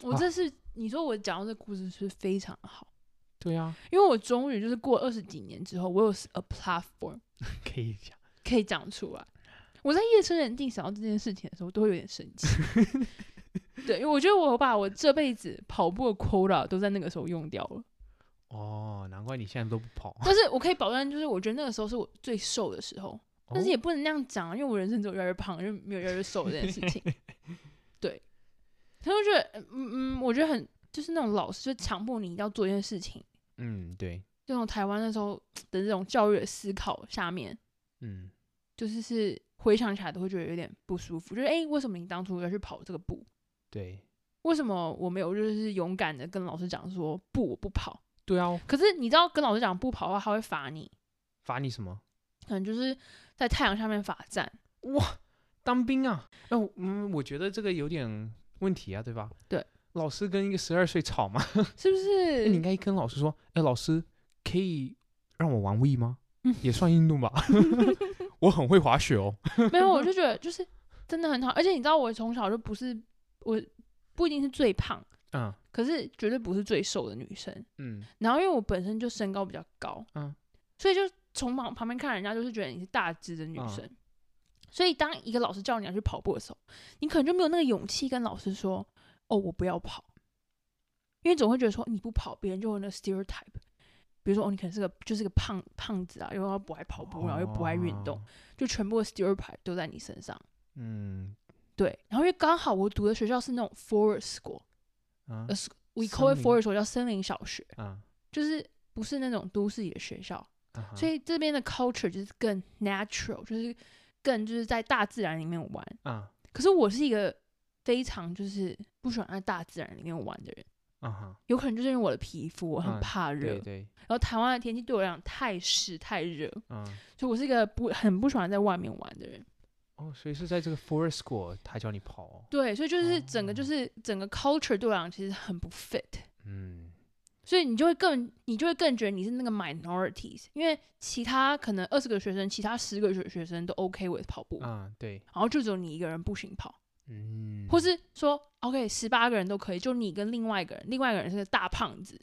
S2: 我
S1: 啊
S2: 这是、你说我讲到这故事是非常好，
S1: 对啊，
S2: 因为我终于就是过二十几年之后，我有 a platform
S1: <laughs> 可以讲。
S2: 可以讲出来。我在夜深人静想到这件事情的时候，都会有点生气。对，因为我觉得我把我这辈子跑步的 quota 都在那个时候用掉了。
S1: 哦，难怪你现在都不 <laughs> 跑。
S2: 但是我可以保证，就是我觉得那个时候是我最瘦的时候，但是也
S1: 哦
S2: 不能那样讲啊，因为我人生只有越来越胖，就没有越来越瘦这件事情。对，他就觉得，嗯嗯，我觉得很就是那种老师就强迫你一定要做一件事情，
S1: 嗯，对，
S2: 这种台湾那时候的这种教育的思考下面，
S1: 嗯，
S2: 就是是回想起来都会觉得有点不舒服，就是哎、诶为什么你当初要去跑这个步？
S1: 对，
S2: 为什么我没有就是勇敢的跟老师讲说不，我不跑？
S1: 对啊，
S2: 可是你知道跟老师讲不跑的话，他会罚你，
S1: 罚你什么？
S2: 可能就是在太阳下面罚站，
S1: 当兵啊？哎、我嗯，我觉得这个有点问题啊，对吧？
S2: 对，
S1: 老师跟一个十二岁吵嘛，
S2: 是不
S1: 那 <laughs>
S2: 是？
S1: 你应该跟老师说，哎、老师可以让我玩 We 吗
S2: 嗯？
S1: 也算运动吧， <laughs> 我很会滑雪 <laughs> 哦。
S2: 没有，我就觉得就是真的很好，而且你知道我从小就不是我不一定是最胖，
S1: 嗯
S2: 可是绝对不是最瘦的女生。
S1: 嗯，
S2: 然后因为我本身就身高比较高，
S1: 嗯，
S2: 所以就从旁旁边看人家就是觉得你是大只的女
S1: 嗯
S2: 生。所以，当一个老师叫你要去跑步的时候，你可能就没有那个勇气跟老师说：“哦，我不要跑。”因为总会觉得说你不跑，别人就会有那个 stereotype，比如说哦，你可能是个就是个胖胖子啊，又要不爱跑步，然后又不爱运动
S1: 哦，。
S2: 就全部的 stereotype 都在你身上。
S1: 嗯
S2: 对，然后因为刚好我读的学校是那种 forest school，
S1: 啊
S2: 呃，sc-，we call
S1: 森
S2: it
S1: 林
S2: forest school 叫森林小学，
S1: 啊，
S2: 就是不是那种都市里的学校，
S1: 啊哈
S2: 所以这边的 culture 就是更 natural，就是更就是在大自然里面玩。
S1: 啊
S2: 可是我是一个非常就是不喜欢在大自然里面玩的人，
S1: 啊哈，
S2: 有可能就是因为我的皮肤我很
S1: 嗯
S2: 怕热，
S1: 对对，
S2: 然后台湾的天气对我来讲太湿太热，
S1: 嗯
S2: 所以我是一个不很不喜欢在外面玩的人。
S1: 哦，所以是在这个 Forest School 他教你跑、哦，
S2: 对，所以就是整个就是整个 culture 对我来讲其实很不 fit，
S1: 嗯
S2: 所以你就会更你就会更觉得你是那个 minorities，因为其他可能二十个学生，其他十个学学生都 OK with 跑步，
S1: 啊，对，
S2: 然后就只有你一个人不行跑，
S1: 嗯，
S2: 或是说 OK 十八个人都可以，就你跟另外一个人，另外一个人是个大胖子，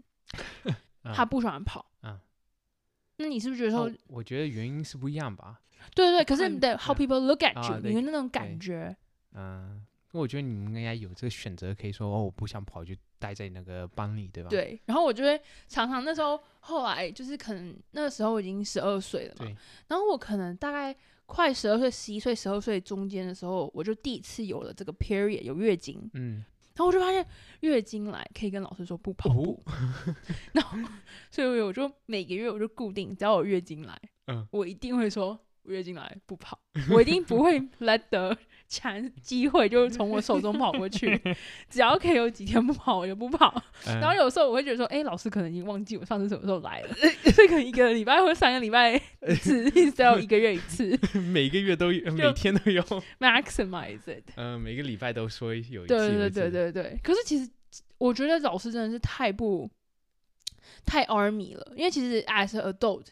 S1: 啊
S2: 他不喜欢跑，
S1: 啊
S2: 那你是不是觉得说
S1: 哦，我觉得原因是不一样吧，
S2: 对对，可是
S1: 看
S2: the how
S1: 嗯
S2: people look at
S1: 啊
S2: you，、
S1: 对
S2: 你的那种
S1: 对
S2: 感觉，
S1: 嗯、我觉得你们应该有这个选择，可以说哦，我不想跑，就待在那个班里，对吧？，
S2: 对。然后我就会常常那时候后来就是可能那时候我已经十二岁了嘛
S1: 对，
S2: 然后我可能大概快十二岁、十一岁、十二岁中间的时候，我就第一次有了这个 period 有月经，
S1: 嗯，
S2: 然后我就发现月经来可以跟老师说不跑步， <laughs> 然后所以我就每个月我就固定，只要我月经来，
S1: 嗯
S2: 我一定会说我月经来不跑，我一定不会 let the 抢机会就是从我手中跑过去，只要可以有几天不跑我就不跑。 <laughs>
S1: 嗯
S2: 然后有时候我会觉得说，哎、老师可能已经忘记我上次什么时候来了，所以可能一个礼拜或者三个礼拜 <laughs> 一次，一直要一个月一次
S1: 后
S2: <laughs>
S1: 嗯 <laughs> 每个月都有，
S2: 就
S1: 每天都有，
S2: maximize it。
S1: 嗯、每个礼拜都说有一次，
S2: 对
S1: 有
S2: 对
S1: 一
S2: 对
S1: 次，
S2: 对对。可是其实我觉得老师真的是太不太 army 了，因为其实 as an adult，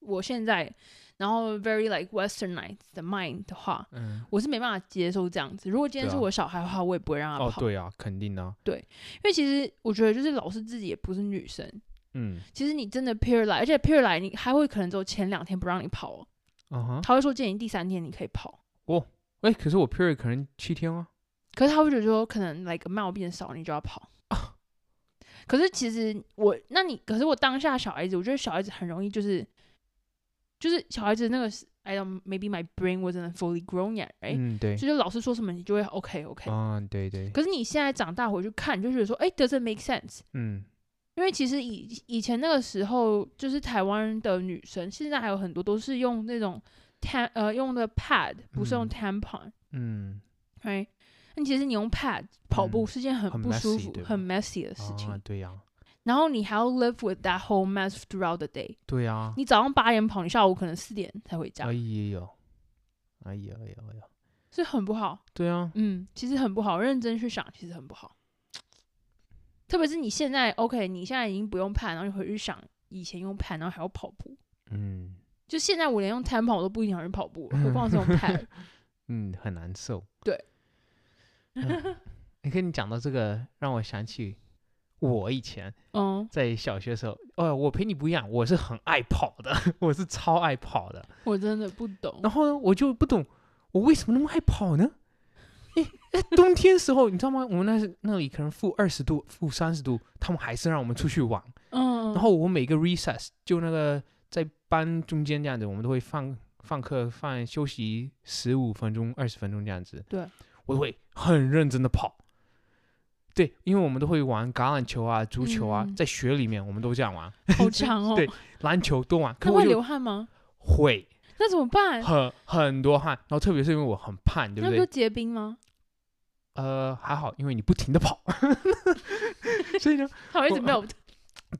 S2: 我现在然后 very like westernized 的 mind 的话，
S1: 嗯，
S2: 我是没办法接受这样子。如果今天
S1: 对啊
S2: 是我小孩的话，我也不会让他
S1: 哦，
S2: 跑，
S1: 对啊，肯定啊，
S2: 因为其实我觉得就是老师自己也不是女生，
S1: 嗯，
S2: 其实你真的 peer 来，而且 peer 来你还会可能只有前两天不让你跑哦，
S1: 啊哈，
S2: 他会说建议第三天你可以跑。
S1: 哎，可是我 period 可能七天啊，
S2: 可是他会觉得说，可能 like 脉变少，你就
S1: <laughs>
S2: 要跑。可是其实我，那你可是我当下小孩子，我觉得小孩子很容易就是，就是小孩子那个是，I don't maybe my brain wasn't fully grown yet，哎、right?
S1: 嗯，对，
S2: 所以就老师说什么你就会 OK OK、
S1: 啊，对对，
S2: 可是你现在长大回去看，你就觉得说，哎、d o e s n t make sense？
S1: 嗯，
S2: 因为其实以以前那个时候，就是台湾的女生，现在还有很多都是用那种 tam 呃用的 pad，不是用
S1: 嗯
S2: tampon，、
S1: 嗯，
S2: right？那其实你用 pad 跑步是件很
S1: 很
S2: 不舒
S1: messy，
S2: 服、
S1: 对吧
S2: 很 messy 的事情，
S1: 啊，对呀、啊，
S2: 然后你还要 live with that whole mess throughout the day。
S1: 对呀、啊，
S2: 你早上八点跑，你下午可能四点才回家
S1: 哎，呦，哎呀哎呀哎呀，
S2: 是很不好。
S1: 对啊，
S2: 嗯，其实很不好，认真去想，其实很不好。特别是你现在 OK，你现在已经不用 pad，然后你回去想以前用 pad，然后还要跑步。
S1: 嗯
S2: 就现在我连用 tampon 我都不想去跑步了，何况是用 pad。
S1: 嗯，很难受。
S2: 对
S1: <laughs> 嗯，你跟你讲到这个，让我想起我以前
S2: 嗯，
S1: 在小学的时候，呃，我陪你不一样，我是很爱跑的， <laughs> 我是超爱跑的。
S2: 我真的不懂。
S1: 然后呢，我就不懂我为什么那么爱跑呢？诶，诶冬天时候你知道吗？我们那是那里可能负二十度、负三十度，他们还是让我们出去玩。
S2: 嗯，
S1: 然后我每个 recess 就那个在班中间这样子，我们都会放放课放休息十五分钟、二十分钟这样子。
S2: 对，
S1: 我都会很认真的跑。对，因为我们都会玩橄榄球啊、足球啊，
S2: 嗯
S1: 在学里面我们都这样玩，
S2: 好强哦。
S1: 对篮球都玩。可
S2: 那
S1: 我
S2: 会
S1: 就
S2: 流汗吗？
S1: 会
S2: 那怎么办？
S1: 很很多汗，然后特别是因为我很胖，对不
S2: 那不
S1: 对？
S2: 就结冰吗？
S1: 呃，还好，因为你不停的
S2: <laughs>
S1: 跑， <laughs> 所以呢，
S2: 它会一直
S1: 我
S2: melt。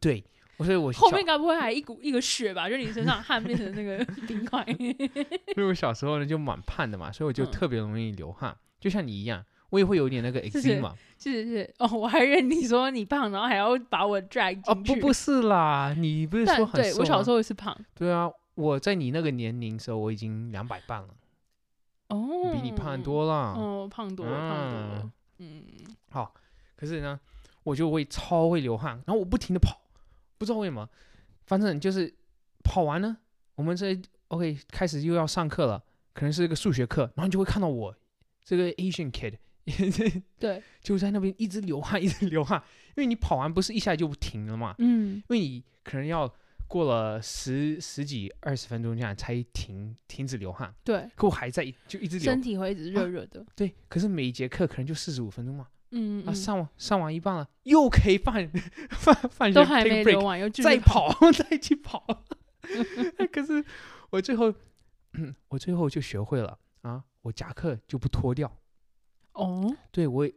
S1: 对，所以我
S2: 后
S1: 小
S2: 面该不会还一股一个血吧？就你身上汗变成那个 <laughs> 冰块。
S1: <laughs> 因为我小时候呢就蛮胖的嘛，所以我就
S2: 嗯
S1: 特别容易流汗，就像你一样，我也会有点那个
S2: 谢谢
S1: eczema
S2: 是是是，哦，我还以为你说你胖，然后还要把我 drag
S1: 哦，
S2: 进去。
S1: 不不是啦，你不是
S2: 但
S1: 说很
S2: 对
S1: 瘦
S2: 我小
S1: 吗
S2: 时候也是胖。
S1: 对啊，我在你那个年龄的时候我已经两百磅了，
S2: 哦，
S1: 比你胖。多了。
S2: 哦，胖多了，胖多了
S1: 嗯。
S2: 嗯，
S1: 可是呢，我就会超会流汗，然后我不停的跑，不知道为什么，反正就是跑完呢，我们这 OK 开始又要上课了，可能是一个数学课，然后你就会看到我这个 Asian kid
S2: 对，
S1: 就在那边一直流汗， <laughs> 一直流汗，因为你跑完不是一下就停了嘛，
S2: 嗯
S1: 因为你可能要过了十十几二十分钟这样才停停止流汗，
S2: 对，
S1: 可我还在就一直流
S2: 身，体会一直热热的。
S1: 对，可是每一节课可能就四十五分钟嘛，
S2: 嗯，
S1: 啊
S2: 嗯
S1: 上完上完一半了，又可以放 <laughs> 放放学
S2: 都还
S1: take
S2: 没
S1: break
S2: 流完，又继续
S1: 再。跑 <laughs> 再去跑，
S2: <laughs>
S1: 可是我最后、 <clears throat> 嗯我最后就学会了啊，我夹克就不脱掉，
S2: 哦，
S1: 对我也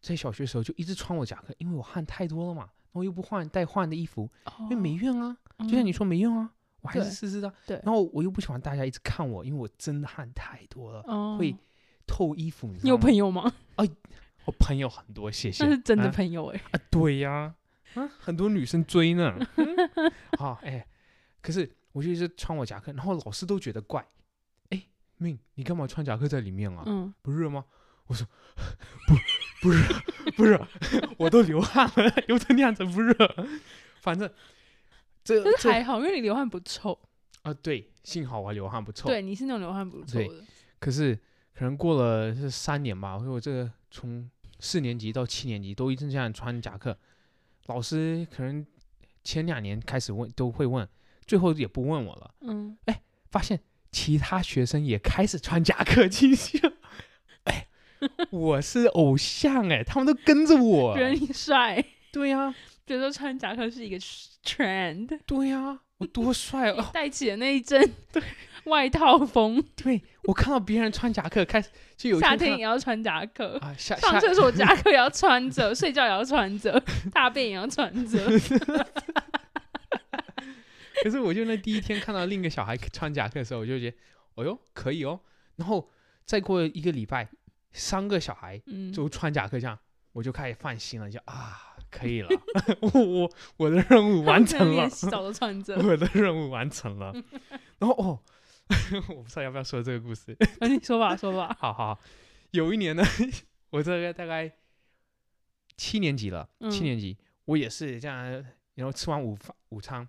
S1: 在小学时候就一直穿我夹克，因为我汗太多了嘛，然后又不换带换的衣服，因为没
S2: 哦，
S1: 用啊，
S2: 就
S1: 就像你说没用啊，我还是
S2: 对
S1: 试试到。
S2: 对
S1: 然后我又不喜欢大家一直看我，因为我真的汗太多了，
S2: 哦，
S1: 会啊透衣服。你知道
S2: 你有
S1: 吗
S2: 朋友吗？
S1: 我朋友很多，
S2: <laughs>
S1: 谢谢。
S2: 那是真的
S1: 啊
S2: 朋友哎、
S1: 啊，对呀、啊，很多女生追
S2: <laughs>
S1: 呢。嗯好、哎、可是我就一直穿我夹克，然后老师都觉得怪。哎，命，你干嘛穿夹克在里面啊？
S2: 嗯，
S1: 不热吗？我说不，不热， <laughs> 不热，我都流汗了， <laughs> 流成那样子不热。反正这
S2: 但是
S1: 这啊、啊
S2: 还好，因为你流汗不臭，
S1: 对，幸好我流汗不臭。
S2: 对，你是那种流汗不臭
S1: 对
S2: 的，
S1: 可是可能过了是三年吧，我说我这个从四年级到七年级都一直这样穿夹克，老师可能前两年开始问都会问，最后也不问我了，
S2: 嗯，
S1: 发现其他学生也开始穿夹克进去了， <laughs> 哎，我是偶像哎，他们都跟着我
S2: 觉，得你帅， <laughs>
S1: 对呀、
S2: 觉得穿夹克是一个 trend，
S1: 对呀、我多帅
S2: 你
S1: 哦！ <laughs>
S2: 带起的那一阵对外套风，
S1: 对我看到别人穿夹克，开始就有一
S2: 夏
S1: 看
S2: 天也要穿夹克
S1: 到。啊，夏
S2: 上
S1: 夏
S2: 厕所夹克也要
S1: <laughs>
S2: 穿着，睡觉也要穿着，大便也要穿着。
S1: 可是我就那第一天看到另一个小孩穿夹克的时候，我就觉得，哦哟，可以哦。然后再过一个礼拜，三个小孩
S2: 嗯，
S1: 都穿夹克这样，我就开始放心了，就啊，可以了， <laughs> 我我我的任务完成了，
S2: 洗澡都
S1: <laughs>
S2: 穿着。
S1: 我的任务完成了。然后哦， <laughs> 我不知道要不要说这个故事，
S2: 啊你说吧，说吧。
S1: 好好好，有一年呢， <laughs> 我这个大概七年级了，
S2: 嗯
S1: 七年级我也是这样，然后吃完午饭午餐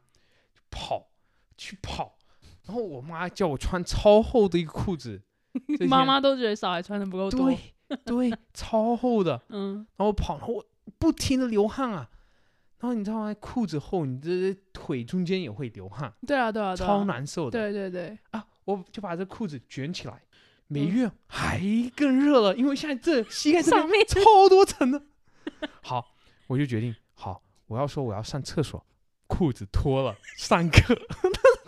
S1: 就跑去跑，然后我妈叫我穿超厚的一个裤子，这些
S2: 妈妈都觉得小孩穿的不够多
S1: 对。对超厚的，
S2: 嗯，
S1: 然后跑，然后我不停的流汗啊，然后你知道吗？裤子厚，你这腿中间也会流汗，
S2: 对啊，对啊，对啊
S1: 超。难受的。
S2: 对对对，
S1: 啊，我就把这裤子卷起来，没
S2: 嗯
S1: 用，还更热了，因为现在这膝盖这边
S2: 上面
S1: 超多层的。 <laughs> 好，我就决定，好，我要说我要上厕所，裤子脱了上课，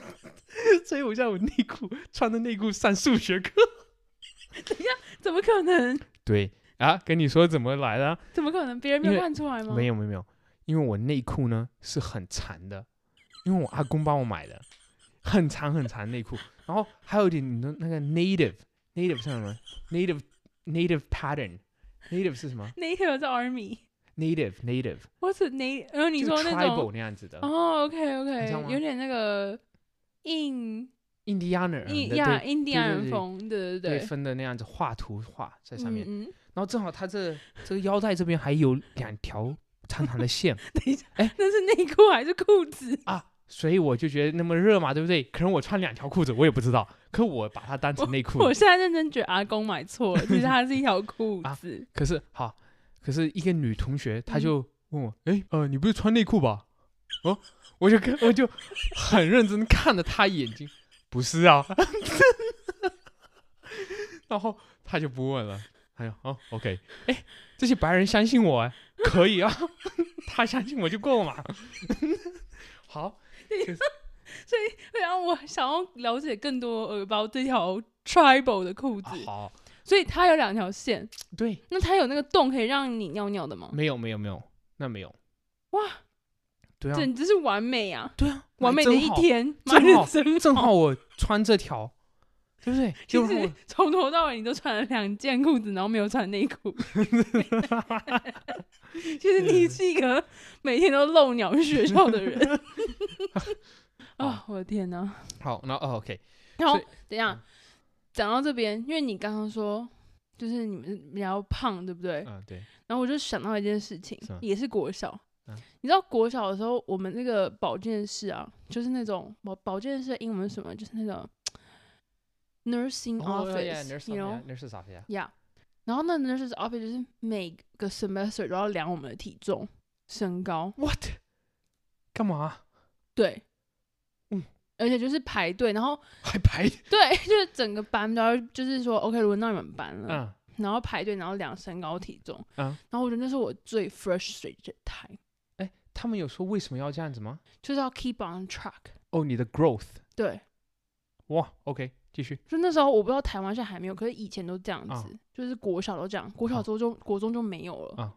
S1: <laughs> 所以我现在我内裤穿的内裤上数学课。
S2: 怎么可能？
S1: 对啊，跟你说怎么来的啊？
S2: 怎么可能？别人没有看出来吗？
S1: 没有没有没有，因为我内裤呢是很长的，因为我阿公帮我买的，很长很长内裤，然后还有一点你的那个 native native 是什么？native native pattern native 是什么
S2: Native 在 Army，
S1: ？native native
S2: 我是 Native，呃，你
S1: 就
S2: 说
S1: 是
S2: 那种
S1: tribal 那样子的、
S2: 哦，OK
S1: 你知道吗
S2: OK，有点那个印
S1: 印第安人
S2: 印
S1: 的
S2: 呀
S1: 对
S2: 印第安
S1: 对
S2: 人
S1: 对
S2: 风，对对
S1: 对分的那样子画图画在上面，
S2: 嗯嗯，
S1: 然后正好他这这个腰带这边还有两条长长的
S2: <laughs>
S1: 线
S2: 那是内裤还是裤子？
S1: 啊。所以我就觉得那么热嘛，对不对？可能我穿两条裤子，我也不知道。可我把它当成内裤了
S2: <laughs> 我现在认真觉得阿公买
S1: <laughs>
S2: 错了，其实它是一条裤
S1: 啊
S2: 子。
S1: 可是好，可是一个女同学，
S2: 嗯
S1: 她就问我，哎、呃，你不是穿内裤吧？哦，我就跟我就很认真地看着她眼睛，不是啊， <laughs> 然后她就不问了，她就哦，OK，哎，这些白人相信我，哎，可以啊， <laughs> 他相信我就够嘛。 <laughs> 好，
S2: 对啊，我想要了解更多呃，包这条 tribal 的裤子，
S1: 啊好，
S2: 所以它有两条线，
S1: 对，
S2: 那它有那个洞可以让你尿尿的吗？
S1: 没有没有没有，那没有，
S2: 哇，
S1: 对啊，
S2: 这你这是完美啊，
S1: 对啊，
S2: 完美的
S1: 真
S2: 一
S1: 好。
S2: 天，
S1: <laughs>
S2: 妈
S1: 真好
S2: 的真
S1: 正好我穿这条，对不对？
S2: 其
S1: <laughs> 就让
S2: 实
S1: 我
S2: 从头到尾你都穿了两件裤子，然后没有穿
S1: <laughs>
S2: 内裤。其实你是一个每天都漏鸟去学校
S1: <laughs>
S2: 的人。啊、我的天哪！
S1: 好，那哦，OK，
S2: 然后
S1: 所以
S2: 等一下
S1: 嗯
S2: 讲到这边，因为你刚刚说就是你们比较胖，对不对？
S1: 嗯，对，
S2: 然后我就想到一件事情
S1: 什么，
S2: 也是国小。
S1: 嗯
S2: 你知道国小的时候，我们那个保健室啊，就是那种保保健室的英文是什么，就是那种 nursing
S1: 哦
S2: office，you know，
S1: 是啥呀？
S2: Yeah，然后那 nurses office 就是每个 semester 都要量我们的体重、身高，
S1: What？干嘛？
S2: 对，
S1: 嗯，
S2: 而且就是排队，然后
S1: 还排？
S2: 对， <laughs> 就是整个班都要，就是说 OK 轮到你们班了，
S1: 嗯，
S2: 然后排队，然后量身高体重，
S1: 嗯
S2: 然后我觉得那是我最 frustrated time，
S1: 他们有说为什么要这样子吗？
S2: 就是要 keep on track，
S1: 哦，你的 growth，
S2: 对，
S1: 哇，OK，继续。
S2: 就那时候我不知道台湾现在还没有，可是以前都这样子，
S1: 啊
S2: 就是国小都这样，国小
S1: 啊
S2: 之后就、国中就没有了，
S1: 啊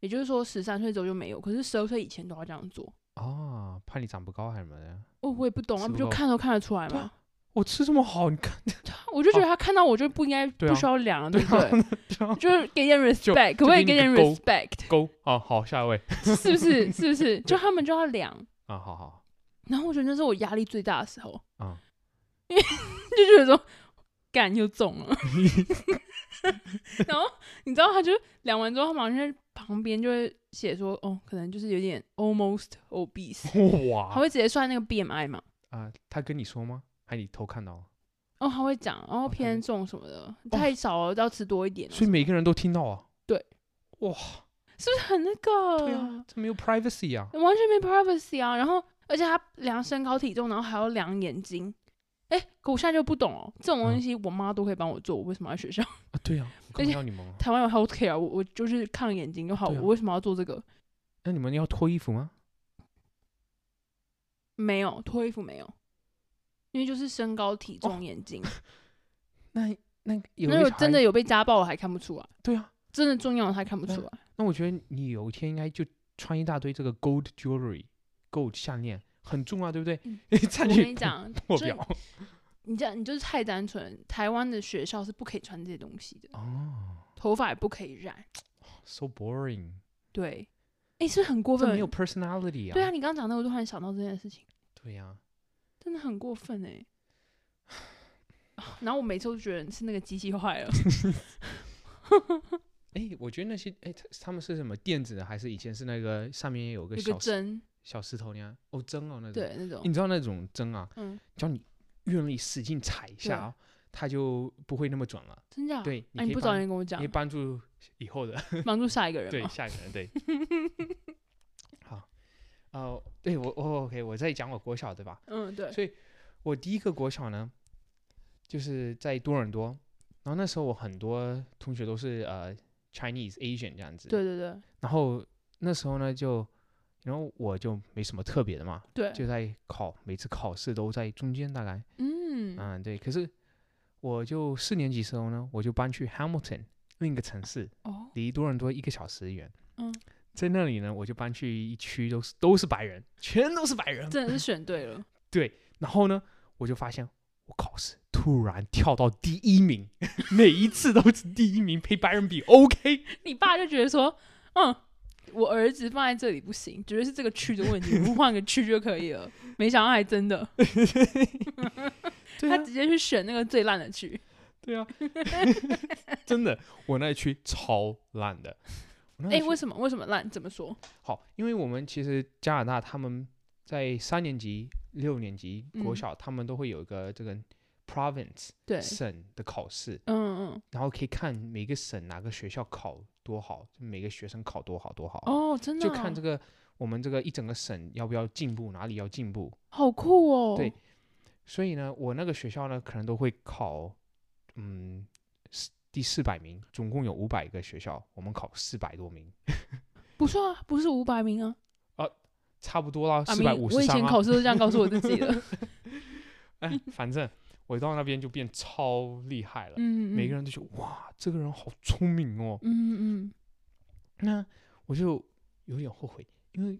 S2: 也就是说十三岁之后就没有，可是十二岁以前都要这样做，
S1: 啊，怕你长不高还是什么的？
S2: 哦，我也不懂啊，
S1: 吃
S2: 不
S1: 不
S2: 就
S1: 够
S2: 看都看得出来
S1: 对啊
S2: 吗？
S1: 我吃这么好，你看，
S2: <laughs> 我就觉得他看到我就不应该
S1: 对啊
S2: 不需要量了，
S1: 对
S2: 对
S1: 啊
S2: 不对？ <laughs> 就是给点 respect，可不可以
S1: 就给
S2: 给
S1: 你
S2: 点
S1: 个勾
S2: respect？
S1: <laughs>
S2: <laughs>
S1: 勾啊，好，下一位
S2: 是不是？是不是？就他们就要量。
S1: 啊，好 <laughs> 好，
S2: 然后我觉得那是我压力最大的时候，
S1: 嗯，
S2: <laughs> 就觉得说干又中了。 <laughs> 然后你知道，他就量完之后，他马上在旁边就会写说，哦，可能就是有点 almost obese，他
S1: 哇
S2: 会直接算那个 BMI 嘛。
S1: 啊，他跟你说吗？还你偷看到了？
S2: 哦，他会讲，然后
S1: 哦他
S2: 偏
S1: 会
S2: 重什么的，太少了要吃多一点啊，
S1: 所以每个人都听到啊？
S2: 对，
S1: 哇，
S2: 是不是很那个？
S1: 对啊，这没有 privacy 啊，
S2: 完全没 privacy 啊。然后，而且他量身高体重，然后还要量眼睛。哎、可我现在就不懂哦，这种东
S1: 嗯
S2: 西我妈都可以帮我做，我为什么要学校？ <laughs>
S1: 啊，对啊，我
S2: 而
S1: 干
S2: 且
S1: 嘛要你们啊？
S2: 台湾有 health care，我我就是看眼睛就好，
S1: 对啊
S2: 我为什么要做这个？
S1: 那你们要脱衣服吗？
S2: 没有脱衣服没有，因为就是身高体重眼睛。
S1: 那那哦有
S2: 那如
S1: 一
S2: 果
S1: 小
S2: 真
S1: 孩
S2: 的有被家暴，我还看不出来，
S1: 对啊，
S2: 真的重要我还看不出啊
S1: 那
S2: 来。
S1: <laughs> 那我觉得你有一天应该就穿一大堆这个 gold jewelry gold 项链，很重啊，对不对 <laughs>
S2: 嗯？
S1: 差
S2: 我
S1: 距
S2: 跟
S1: <laughs>
S2: 你讲，
S1: 破
S2: 就是
S1: 表
S2: 你这样你就是太单纯，台湾的学校是不可以穿这些东西的，
S1: 哦
S2: 头发也不可以染。
S1: ，so boring，
S2: 对，哎、是不是很过
S1: 这
S2: 分？
S1: 没有 personality 啊。
S2: 对啊，，你刚刚讲的，我突然想到这件事情，
S1: 对呀、
S2: 真的很过分哎、 <sighs> 然后我每次都觉得是那个机器坏了，
S1: 诶，哎我觉得那些诶，他他们是什么电子的，还是以前是那个上面有个
S2: 有个
S1: 小石
S2: 针，
S1: 小石头那样？哦，针哦，那种。
S2: 对那种
S1: 你，知道那种针啊，
S2: 嗯，
S1: 只要你用力使劲踩一下、哦，它就不会那么准了。
S2: 真假？
S1: 对，
S2: 哎，
S1: 可
S2: 你
S1: 以
S2: 不早
S1: 帮
S2: 点跟我
S1: 你
S2: 讲
S1: 可以，帮助以后的。
S2: 帮助下一个人
S1: <laughs>
S2: <laughs> 哦
S1: 对
S2: 嘛。
S1: 下一个人对。好，呃，对我我 OK，我在讲我国小对吧？
S2: 嗯，对，
S1: 所以我第一个国小呢，就是在多伦多，然后那时候我很多同学都是呃 Chinese Asian 这样子，
S2: 对，对对
S1: 然后那时候呢就。然后我就没什么特别的嘛，
S2: 对，
S1: 就在考，每次考试都在中间大概，
S2: 嗯，
S1: 嗯，对。可是我就四年级时候呢，我就搬去 Hamilton 另一个城市，
S2: 哦，
S1: 离多伦多一个小时远。
S2: 嗯，
S1: 在那里呢，我就搬去一区都是都是白人，全都是白人。
S2: 真的是选对了， <laughs>
S1: 然后呢，我就发现我考试突然跳到第一名， <laughs> 每一次都是第一名，陪白人比 OK。
S2: 你爸就觉得说，嗯。我儿子放在这里不行，绝对是这个区的问题，我们换个区就可以了。没想到还真的，
S1: 对
S2: 他
S1: 啊，
S2: 直接去选那个最烂的区。
S1: 对啊， <laughs> 真的，我那一区超烂的。我那
S2: 哎、
S1: 一区
S2: 为什么？为什么烂？怎么说？
S1: 好，因为我们其实加拿大他们在三年级、六年级国
S2: 嗯
S1: 小，他们都会有一个这个 province
S2: 对，
S1: 省的考试，
S2: 嗯嗯，
S1: 然后可以看每个省哪个学校考多好，就每个学生考多好多好，
S2: 哦，真的、
S1: 就
S2: 啊，
S1: 看这个我们这个一整个省要不要进步，哪里要进步。
S2: 好酷哦！
S1: 对所以呢，我那个学校呢，可能都会考，嗯，四第四百名，总共有五百个学校，我们考四百多名，
S2: 不算啊，不是五百名啊，
S1: 差不多啦，
S2: 啊
S1: 四百五
S2: 我
S1: 十
S2: 以
S1: 三
S2: 前
S1: 啊。
S2: 考试都这样告诉我自己
S1: <laughs>
S2: 的。
S1: 哎，反正我到那边就变超厉害了，
S2: 嗯，
S1: 每个
S2: 人，
S1: 人都觉得哇，这个人好聪明哦。
S2: 嗯嗯
S1: 那我就有点后悔，因为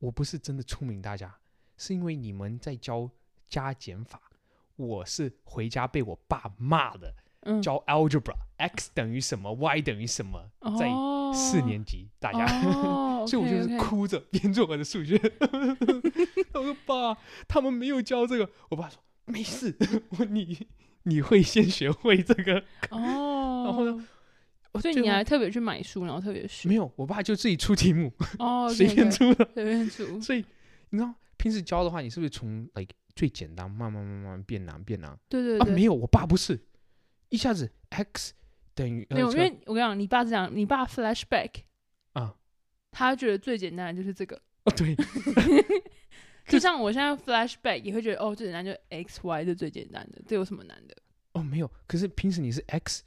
S1: 我不是真的聪明大家，是因为你们在教加减法，我是回家被我爸骂的，
S2: 嗯，
S1: 教 algebra x 等于什么，y 等于什么，在四年级大
S2: 大
S1: 家。
S2: 嗯哦
S1: 所以我就
S2: OK，OK
S1: 是哭着边做我的数学， <laughs> 我说爸，他们没有教这个。我爸说没事， <laughs> 我你你会先学会这
S2: <laughs>
S1: 个。
S2: 哦，
S1: 然后呢，我
S2: 所以
S1: 最
S2: 你
S1: 后
S2: 还特别去买书，然后特别
S1: <laughs>
S2: 学
S1: 没有，我爸就自己出题目，
S2: 哦，
S1: 随便
S2: 出，
S1: 出的。
S2: 随
S1: <laughs>
S2: 便出，
S1: 所以你知道平时教的话，你是不是从 like 最简单慢慢慢慢变难变难啊？
S2: 对对对，
S1: 没有，我爸不是，一下子 x 等于呃
S2: 没有，
S1: 这
S2: 因
S1: 个
S2: 为我跟你讲，你爸是这样，你爸 flashback，
S1: 啊
S2: 他觉得最简单的就是这个，
S1: 哦对
S2: 就像我现在 flashback 也会觉得哦，最简单就 x y 是最简单的，这有什么难的？
S1: 哦没有，可是平时你是 x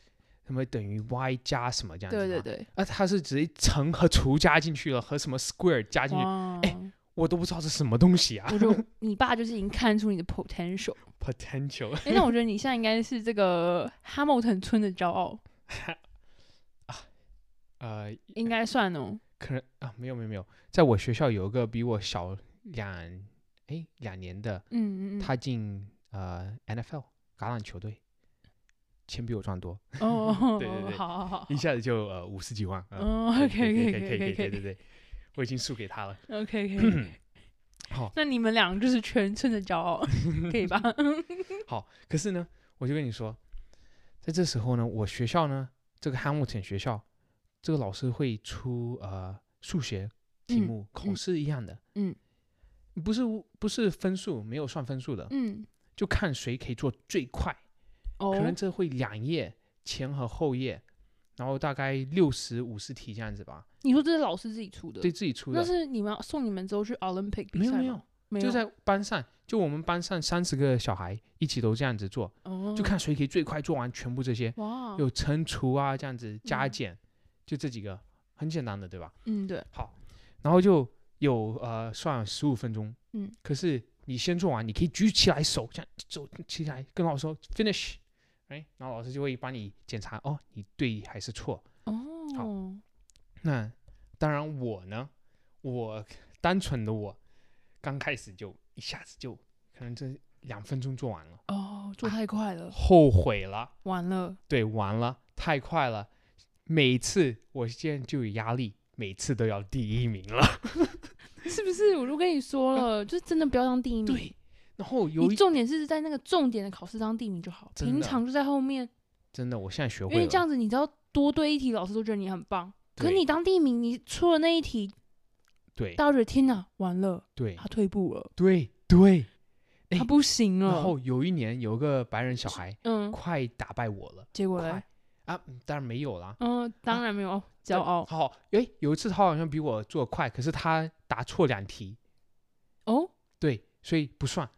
S1: 什么等于 y 加什么这样子
S2: 对对
S1: 嘛
S2: 对，
S1: 啊，他是直接乘和除加进去了，和什么 square 加进去，哎
S2: 哇，嗯
S1: 我都不知道这是什么东西啊
S2: 我就你爸就是已经看出你的 potential。
S1: <laughs> ，potential <laughs>
S2: 哎、那我觉得你现在应该是这个哈姆腾村的骄傲，
S1: 呃，
S2: 应该算哦。哦
S1: 可能啊没有没有没有，在我学校有一个比我小两哎两年的，
S2: 嗯嗯嗯，
S1: 他进呃 NFL 橄榄球队，钱比我赚多，
S2: 哦，
S1: <laughs> 对对对
S2: 好好好
S1: 一下子就呃五十几万。呃
S2: 哦
S1: 可以
S2: ，OK
S1: 可以可以
S2: OK
S1: 可以可以
S2: OK
S1: 可以
S2: OK
S1: 对对，我已经输给他了。
S2: OK
S1: <laughs>
S2: OK，
S1: <clears throat> 好，
S2: 那你们俩就是全村的
S1: <laughs>
S2: 骄傲，可以吧？
S1: 好，可是呢，我就跟你说，在这时候呢，我学校呢，这个 Hamilton 学校，这个老师会出呃数学题
S2: 嗯
S1: 目，考
S2: 嗯
S1: 试一样的，
S2: 嗯，
S1: 不是不是分数，没有算分数的，
S2: 嗯，
S1: 就看谁可以做最快，
S2: 哦
S1: 可能这会两页前和后页，然后大概六十五十题这样子吧，
S2: 你说这是老师自己出的，
S1: 对自己出
S2: 那
S1: 的，
S2: 是你们送你们之后去 Olympic 比
S1: 没有
S2: 赛吗
S1: 没有，
S2: 没有，
S1: 就在班上，就我们班上三十个小孩一起都这样子做，
S2: 哦
S1: 就看谁可以最快做完全部这些。
S2: 哇，
S1: 有乘除啊，这样子加
S2: 哦嗯
S1: 减，就这几个很简单的，对吧？
S2: 嗯对，
S1: 好，然后就有呃算十五分钟，
S2: 嗯，
S1: 可是你先做完，你可以举起来手，这样手举起来跟老师说 finish，哎，然后老师就会帮你检查哦，你对还是错。
S2: 哦，
S1: 那当然我呢，我单纯的我刚开始就一下子就可能这两分钟做完了，
S2: 哦，做太快了，
S1: 后悔了。
S2: 完了，
S1: 对，完了，太快了，每次我现在就有压力，每次都要第一名了。
S2: <laughs> 是不是？我都跟你说了，就是真的不要当第一
S1: <laughs>
S2: 名。
S1: 对，然后有
S2: 嗯你
S1: 一
S2: 重点是在那个重点的考试当第一名就好，
S1: 真的
S2: 平常就在后面，
S1: 真的，我现在学
S2: 因
S1: 会
S2: 为这
S1: 了，
S2: 样子你只要多对一题，老师都觉得你很棒。可是
S1: 对
S2: 你当第一名，你出了那一题，
S1: 对
S2: 大家觉得天哪，完了，
S1: 对
S2: 他退步了，
S1: 对对。哎
S2: 他不行了。
S1: 然后有一年有个白人小孩
S2: 嗯，
S1: 快打败我了，
S2: 结果嘞
S1: 快，啊，嗯当然没有啦。
S2: 嗯，当然没有骄傲
S1: 好，哎，有一次他好像比我做得快，可是他答错两题，
S2: 哦，
S1: 对，所以不算，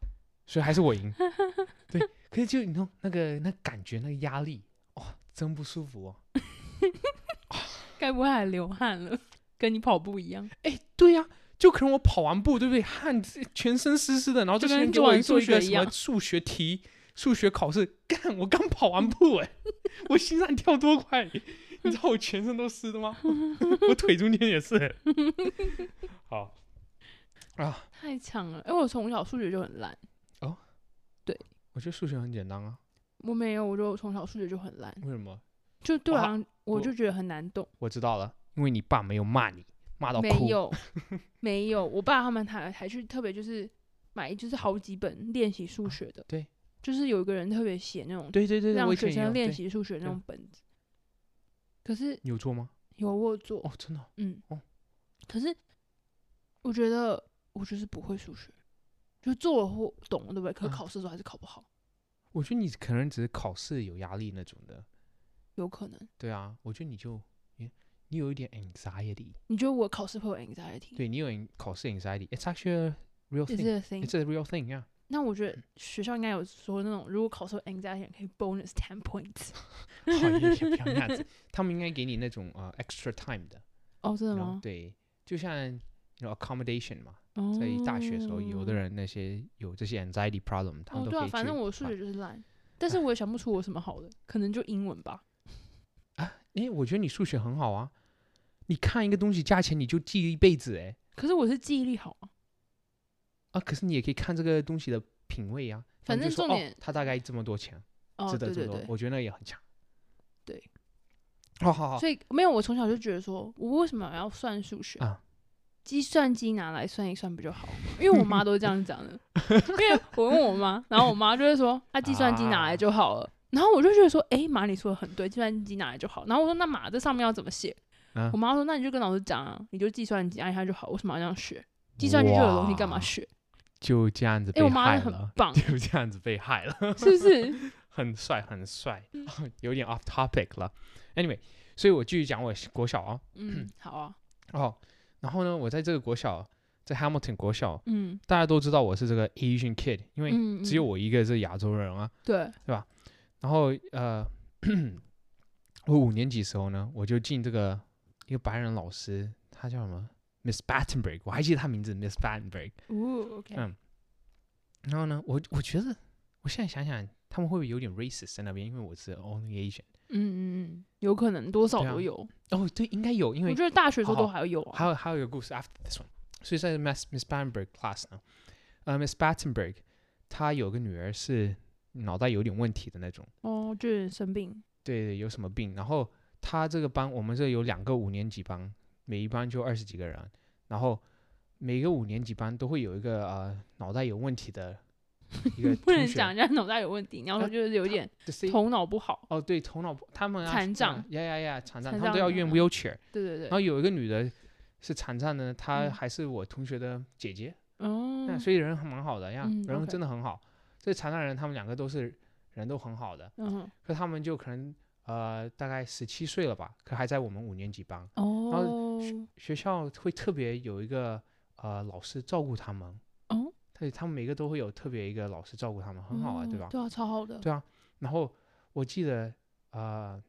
S1: 所以还是我
S2: <laughs>
S1: 赢。对，可是就你know 那个那感觉那个压力，哦，真不舒服哦。
S2: 该不会还流汗了， <laughs> 跟你跑步一样。
S1: 哎，对呀、就可能我跑完步，对不对？汗全身湿湿的，然后
S2: 就
S1: 这个
S2: 跟
S1: 人
S2: 做
S1: 给我
S2: 完
S1: 做
S2: 数
S1: 一个
S2: 学一
S1: 什么
S2: 样
S1: 数学题、数学考试，干，我刚跑完步哎， <laughs> 我心脏跳多快，你知道我全身都湿
S2: <laughs>
S1: 的吗？我腿中间也是。哎好啊，
S2: 太强了！因哎为我从小数学就很烂，
S1: 我觉得数学很简单啊，
S2: 我没有，我就从小数学就很烂，
S1: 为什么？
S2: 就对我
S1: 哇
S2: 来讲，我就觉得很难懂。
S1: 我知道了，因为你爸没有骂你，骂到哭。
S2: 没
S1: <laughs>
S2: 有，没有，我爸他们还还去特别就是买就是好几本练习数学的，
S1: 啊对，
S2: 就是有一个人特别写那种
S1: 对对对对，我
S2: 让
S1: 以
S2: 学
S1: 前也有
S2: 生练
S1: 对
S2: 习数学那
S1: 对
S2: 种本子。可是
S1: 你有做吗？
S2: 有我有做，
S1: 哦，真的哦、
S2: 嗯，
S1: 哦
S2: 可是我觉得我就是不会数学，就做了或懂了，对不对？可
S1: 嗯
S2: 考试的时候还是考不好，
S1: 我觉得你可能只是考试有压力那种的。
S2: 有可能。
S1: 对啊，我觉得你就你你有一点
S2: <laughs>
S1: anxiety，
S2: 你觉得我考试会有 anxiety？
S1: 对你有 an- 考试 anxiety，it's actually a real
S2: Is
S1: thing，it's
S2: it a
S1: <laughs>
S2: thing？
S1: a real thing
S2: <laughs>
S1: 啊。
S2: 那我觉得学校应该有说那种，如果考试有 anxiety 可以 bonus
S1: <laughs>
S2: ten points。
S1: 好，你也不要那样子，他们应该给你那种呃 extra time 的，
S2: 哦，真的
S1: 然后
S2: 吗？
S1: 对，就像。You know, accommodation 嘛，
S2: 哦，
S1: 在大学的时候，有的人那些有这些 anxiety problem，他们
S2: 哦，
S1: 都
S2: 对
S1: 可以
S2: 啊，
S1: 去。
S2: 反正我数学就是烂，但是我也想不出我什么好的，可能就英文吧。
S1: 哎，我觉得你数学很好啊，你看一个东西价钱你就记一辈子哎
S2: 可是我是记忆力好啊，
S1: 啊，可是你也可以看这个东西的品味啊，
S2: 反
S1: 然后
S2: 正
S1: 就说
S2: 重
S1: 哦
S2: 点
S1: 它大概这么多钱，
S2: 哦，
S1: 值得
S2: 对
S1: 这
S2: 对
S1: 么多
S2: 对，，
S1: 我觉得那也很强。
S2: 对，
S1: 好好好，
S2: 所以没有我从小就觉得说，我为什么要算数学
S1: 啊？
S2: 计算机拿来算一算不就好吗？因
S1: <laughs>
S2: 为我妈都是这样讲的，因为我问我妈，然后我妈就会说，她计算机拿来就好了。然后我就觉得说，诶，妈，你说的很对，计算机拿来就好。然后我说，那马这上面要怎么写？
S1: 啊
S2: 我妈说，那你就跟老师讲啊，你就计算机按一下就好，为什么要这样学？计算机就有东西干嘛
S1: 哇
S2: 学？
S1: 就这样子
S2: 诶，
S1: 被
S2: 我妈
S1: 害
S2: 很
S1: 了， <laughs>
S2: 棒，
S1: 就这样子被害了，
S2: 是
S1: <laughs>
S2: 不是？嗯
S1: 很帅很帅，有点 off topic 了。Anyway，所以我继续讲我国小啊、
S2: 嗯，好啊，
S1: 哦，然后呢，我在这个国小，在 Hamilton 国小，
S2: 嗯，
S1: 大家都知道我是这个 Asian kid，因为
S2: 嗯，
S1: 只有
S2: 嗯
S1: 我一个是亚洲人啊。
S2: 对，
S1: 然后呃， <clears throat> 我五年级时候呢，我就进这个一个白人老师，他叫什么 Miss Battenberg，我还记得他名字 Miss Battenberg。
S2: 哦，OK，
S1: 嗯然后呢，我我觉得我现在想想，他们会不会有点 racist 在那边？因为我是 only Asian。
S2: 嗯嗯嗯，有可能多少
S1: 对啊
S2: 都有。
S1: 哦，对，应该有，因
S2: 我
S1: 为
S2: 觉得大学的时候
S1: 好
S2: 都还有啊，
S1: 还有还有一个故事 after this one。所以在 Miss Miss Battenberg class 呢，呃，Miss Battenberg 她有个女儿是脑袋有点问题的那种，
S2: 哦，就是生病，
S1: 对，有什么病。然后她这个班，我们这有两个五年级班，每一班就二十几个人，然后每个五年级班都会有一个呃脑袋有问题的一个
S2: 不
S1: 同
S2: 能
S1: 学
S2: 讲人家脑袋有问题，你要说
S1: 呃
S2: 就是有点
S1: 就是
S2: 头脑不好。
S1: 哦，对，头脑不他们啊
S2: 残障，
S1: 呀呀呀，残障，
S2: 残
S1: 他们都要
S2: 障
S1: 用
S2: 啊
S1: wheelchair。
S2: 对对
S1: 然后
S2: 对，
S1: 有一个女的是残障的，她
S2: 嗯
S1: 还是我同学的姐姐，啊
S2: 哦
S1: 那，所以人还蛮好的呀，
S2: 嗯
S1: 人
S2: OK
S1: 真的很好。这残障人他们两个都是人都很好的，
S2: 嗯，
S1: 可他们就可能呃大概十七岁了吧，可还在我们五年级班。
S2: 哦，
S1: 学校会特别有一个呃老师照顾他们，
S2: 哦，
S1: 对他们每个都会有特别一个老师照顾他们，很好啊，对
S2: 嗯
S1: 吧？
S2: 对啊，超好的。
S1: 对啊，然后我记得呃，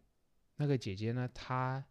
S1: 那个姐姐呢，她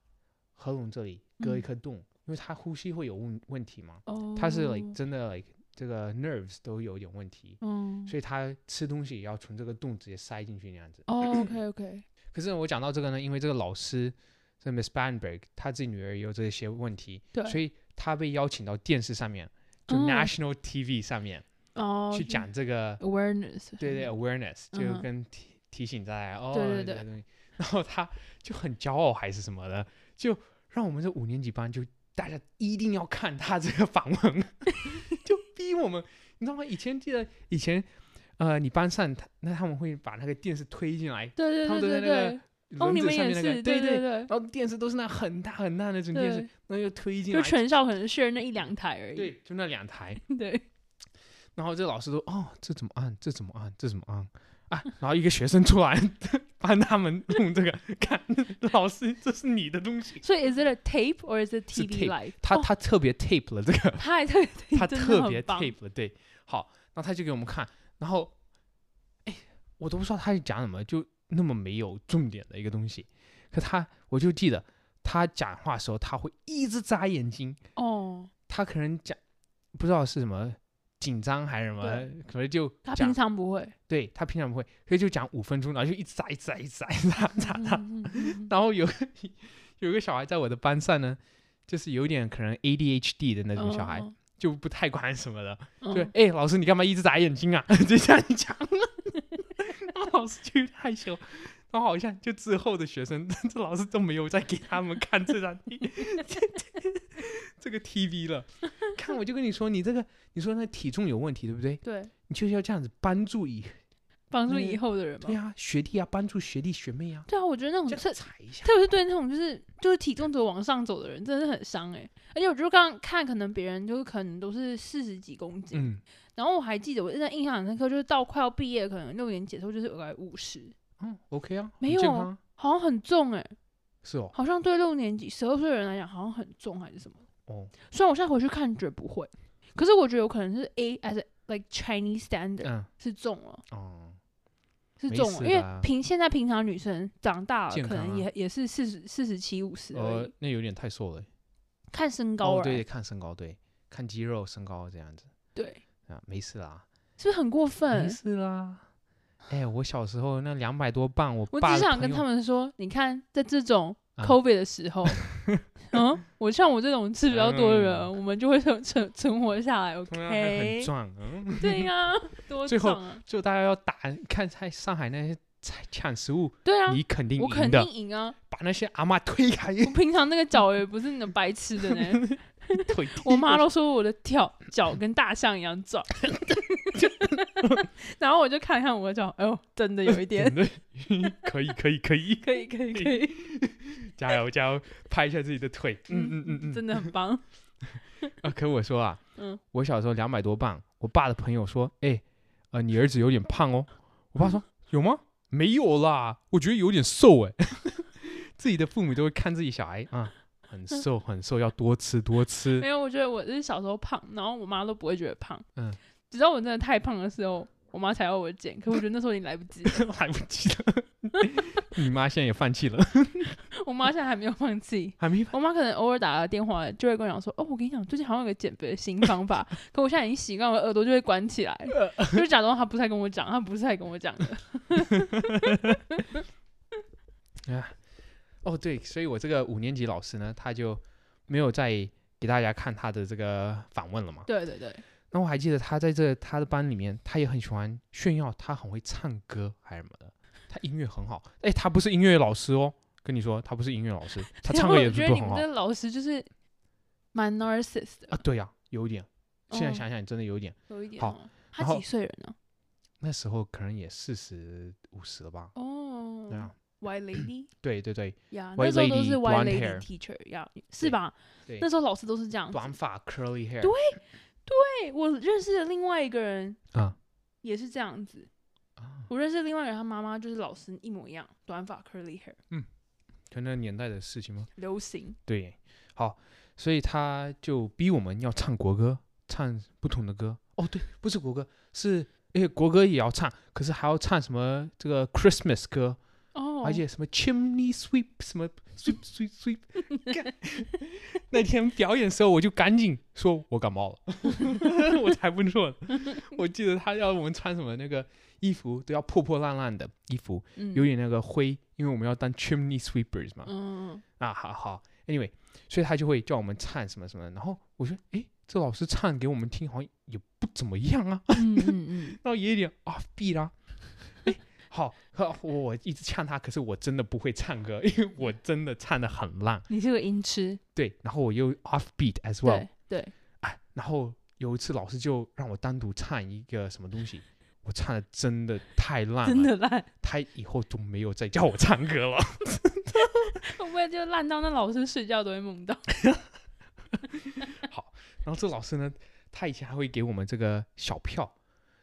S1: 喉咙这里割一
S2: 嗯
S1: 颗洞，因为她呼吸会有问问题嘛，
S2: 哦，
S1: 她啊是 like 真的 like 这个 nerves 都有点问题，
S2: 嗯，
S1: 所以她吃东西也要从这个洞直接塞进去那样子。 <clears throat>
S2: 哦，OK OK，
S1: 可是我讲到这个呢，因为这个老师这 Miss Banberg 她自己女儿也有这些问题，
S2: 对，
S1: 所以她被邀请到电视上面，就
S2: 嗯
S1: National TV 上面、
S2: 哦
S1: 去
S2: 就
S1: 讲这个
S2: awareness，
S1: 对对
S2: 什么
S1: ，awareness
S2: 嗯
S1: 就
S2: 哼
S1: 跟提提醒大家哦，
S2: 对对
S1: 这
S2: 对
S1: 个东西。 <laughs> 然后他就很骄傲还是什么的，就让我们这五年级班就大家一定要看他这个访问， <laughs> 就逼我们，你知道吗？以前记得以前，呃，你班上他那他们会把那个电视推进来，
S2: 对
S1: 他
S2: 对
S1: 们都在
S2: 对
S1: 那
S2: 对
S1: 个
S2: 对，哦，
S1: 轮
S2: 你
S1: 子
S2: 们
S1: 上
S2: 也
S1: 面那个，
S2: 是，
S1: 对
S2: 对
S1: 对。
S2: 对
S1: 然后电视都是那很大很大那种电视
S2: 对，，
S1: 那就推进
S2: 就
S1: 来，
S2: 全校可能确认那一两台而已。
S1: 对，就那两台。
S2: 对，
S1: 然后这老师都哦，这怎么按？这怎么按？这怎么按？啊！然后一个学生出来 <laughs> 帮他们弄这个，看老师，这是你的东西。
S2: 所以 is it a tape or is it
S1: 是
S2: TV
S1: tape
S2: live？
S1: 他
S2: 哦
S1: 他特别 tape 了这
S2: <laughs>
S1: 个，
S2: 他还特别
S1: 他
S2: 真的
S1: 特
S2: 很
S1: 别
S2: 棒
S1: tape 了，对。好，然后他就给我们看，然后，哎，我都不知道他是讲什么，就那么没有重点的一个东西。可他，我就记得他讲话的时候，他会一直眨眼睛，
S2: 哦，
S1: 他可能讲不知道是什么紧张还是什么，可能就
S2: 他
S1: 讲
S2: 平常
S1: <laughs>
S2: 不会。
S1: 对他平常不会，所以就讲五分钟，然后就一直砸，一直砸，一直砸，一直砸，砸砸。
S2: 嗯嗯嗯
S1: <laughs>
S2: 嗯
S1: 然后有有一个小孩在我的班上呢，就是有点可能 ADHD 的那种小
S2: 哦
S1: 孩，，就不太管什么的。
S2: 嗯
S1: 对，，哎，老师你干嘛一直眨眼睛啊？ <laughs> 就这样讲，然后老师就害羞。然后好像就之后的学生， <laughs> 这老师都没有再给他们看这张 <laughs> 这个 TV 了。 <laughs> 看我就跟你说，你这个你说那体重有问题对不对？
S2: 对，
S1: 你就是要这样子帮助以
S2: 帮助
S1: 那
S2: 以后的人嘛
S1: 嗯对。呀、学弟啊，帮助学弟学妹啊，
S2: 对啊，我觉得那种
S1: 这
S2: 特
S1: 样踩一下。
S2: 特别是对那种就是就是体重只有往上走的人，真的很伤哎、而且我就刚看，可能别人就是可能都是四十几公斤，
S1: 嗯，
S2: 然后我还记得我现在印象很深刻，就是到快要毕业，可能六年级的时候就是有来五十，
S1: 嗯，OK 啊，
S2: 没
S1: 很健
S2: 有
S1: 康啊，
S2: 好像很重哎、
S1: 是哦，
S2: 好像对六年级十二岁的人来讲好像很重还是什么。
S1: 哦，
S2: 虽然我现在回去看觉得不会，可是我觉得有可能是 A as a, like Chinese standard、
S1: 嗯，
S2: 是重了。
S1: 哦，
S2: 是
S1: 没
S2: 重
S1: 事
S2: 了，因为
S1: 的啊
S2: 平现在平常女生长大了，
S1: 健
S2: 可
S1: 康
S2: 能
S1: 啊
S2: 也也是四十四十七五十而
S1: 呃
S2: 已，，
S1: 那有点太瘦了，
S2: 看身高
S1: 哦，
S2: 了、
S1: 对，看身高，对，看肌肉、身高这样子
S2: 对
S1: 啊，没事啦，
S2: 是不是很过
S1: 没
S2: 分？
S1: 事啦。哎，我小时候那两百多磅，我
S2: 我
S1: 爸
S2: 只
S1: 的
S2: 想
S1: 朋
S2: 跟
S1: 友
S2: 他们说，你看，在这种
S1: <laughs> 啊
S2: COVID 的
S1: <laughs>
S2: 时候，嗯，我像我这种吃比较多的人，
S1: 嗯
S2: 我们就会存存存活下来
S1: <laughs> 同样还很
S2: ，OK？
S1: 壮，嗯， <laughs>
S2: 对呀、多
S1: 最后
S2: 壮啊！
S1: 就大家要打，看在上海那些菜抢食物，
S2: 对啊，
S1: 你肯定
S2: 我肯
S1: 赢
S2: 定
S1: 的，
S2: 赢啊！
S1: 把那些阿嬷推开， <laughs>
S2: 我平常那个脚也不是那种白痴的呢，
S1: 腿踢
S2: 我妈
S1: 过
S2: 都说我的跳脚跟大象一样
S1: <laughs>
S2: 壮，然后我就看看我的脚，哎呦，真的有
S1: <laughs>
S2: 一点，
S1: 去，对可以，可以，可以。
S2: 可以可以可以，
S1: 加油加油，拍一下自己的腿。 <laughs> 嗯嗯嗯嗯。
S2: 真的很棒，
S1: 啊，可我说啊，
S2: 嗯
S1: 我小时候两百多磅，我爸的朋友说，哎，呃，你儿子有点胖哦。我爸说，
S2: 嗯
S1: 有吗？没有啦，我觉得有点瘦哎。 <laughs> 自己的父母都会看自己小孩啊，很
S2: <laughs>
S1: 瘦很瘦，要多吃多吃
S2: 没。有，我觉得我是小时候胖，然后我妈都不会觉得胖，
S1: 嗯
S2: 直到我真的太胖的时候，我妈才要我减，可我觉得那时候已经来不及了，
S1: 来不及
S2: <laughs>
S1: 了，你妈现在也放弃了，
S2: 我妈现在还没有放弃。
S1: 还没放。
S2: 我妈可能偶尔打个电话，就会跟我讲说：“哦，我跟你讲，最近好像有个减肥的新方法。”可我现在已经习惯，我的耳朵就会关
S1: <laughs>
S2: 起来，就假装她不是在跟我讲，她不是在跟我讲的。
S1: 哦，对，所以我这个五年级老师呢，他就没有在给大家看他的这个访问了嘛。
S2: 对对对，
S1: 那我还记得他在这他的班里面，他也很喜欢炫耀他很会唱歌还是什么的，他音乐很好。哎，他不是音乐老师哦，跟你说他不是音乐老师，他唱歌
S2: 然后
S1: 也
S2: 我
S1: 不
S2: 觉
S1: 是
S2: 得
S1: 不
S2: 你
S1: 很
S2: 们
S1: 好
S2: 的老师就是蛮 narcissist 的，
S1: 啊。对呀、有一点，现在
S2: 嗯
S1: 想想真的有一点。
S2: 有一点
S1: 好
S2: 哦。他
S1: 然后
S2: 几岁人呢？
S1: 那时候可能也四十五十了吧。
S2: 哦，
S1: 对啊，
S2: ，White Lady
S1: 对对对，
S2: 呀
S1: White
S2: 那时候都
S1: lady,
S2: 是 White
S1: blonde
S2: Lady
S1: hair
S2: teacher 呀，是吧？
S1: 对
S2: 那时候老师都是这样子。
S1: 短发 curly hair。
S2: 对对，我认识的另外一个人
S1: 啊
S2: 也是这样子。
S1: 啊，
S2: 我认识另外一个人，他妈妈就是老师一模一样，短发 curly hair，
S1: 就那个年代的事情吗？
S2: 流行。
S1: 对，好，所以他就逼我们要唱国歌，唱不同的歌。哦，对，不是国歌，是诶国歌也要唱，可是还要唱什么这个 Christmas 歌，
S2: 哦，
S1: 而且什么 Chimney Sweep 什
S2: <laughs>
S1: 么 Sweep Sweep Sweep 干。 <laughs> 那天表演的时候，我就赶紧说我感冒了， <laughs> 我才不做呢。我记得他要我们穿什么那个衣服都要破破烂烂的衣服，
S2: 嗯
S1: 有点那个灰，因为我们要当 Chimney Sweepers 嘛。
S2: 嗯，
S1: 啊，好好，anyway，所以他就会叫我们唱什么什么，然后我说，诶，这老师唱给我们听好像也不怎么样啊， <laughs>
S2: 嗯嗯嗯，
S1: 然后也有点 off beat 啦、诶，好，呵我我一直呛他，可是我真的不会唱歌， <laughs> 因为我真的唱的很烂，
S2: 你是个音痴，
S1: 对，然后我又 off beat as well，
S2: 对对，
S1: 哎，然后有一次老师就让我单独唱一个什么东西，我唱的真的太烂了，
S2: 真的烂，
S1: 他以后都没有再叫我唱歌了。 <laughs>
S2: 会不会就烂到那老师睡觉都会梦到？
S1: 然后这老师呢，他以前还会给我们这个小票。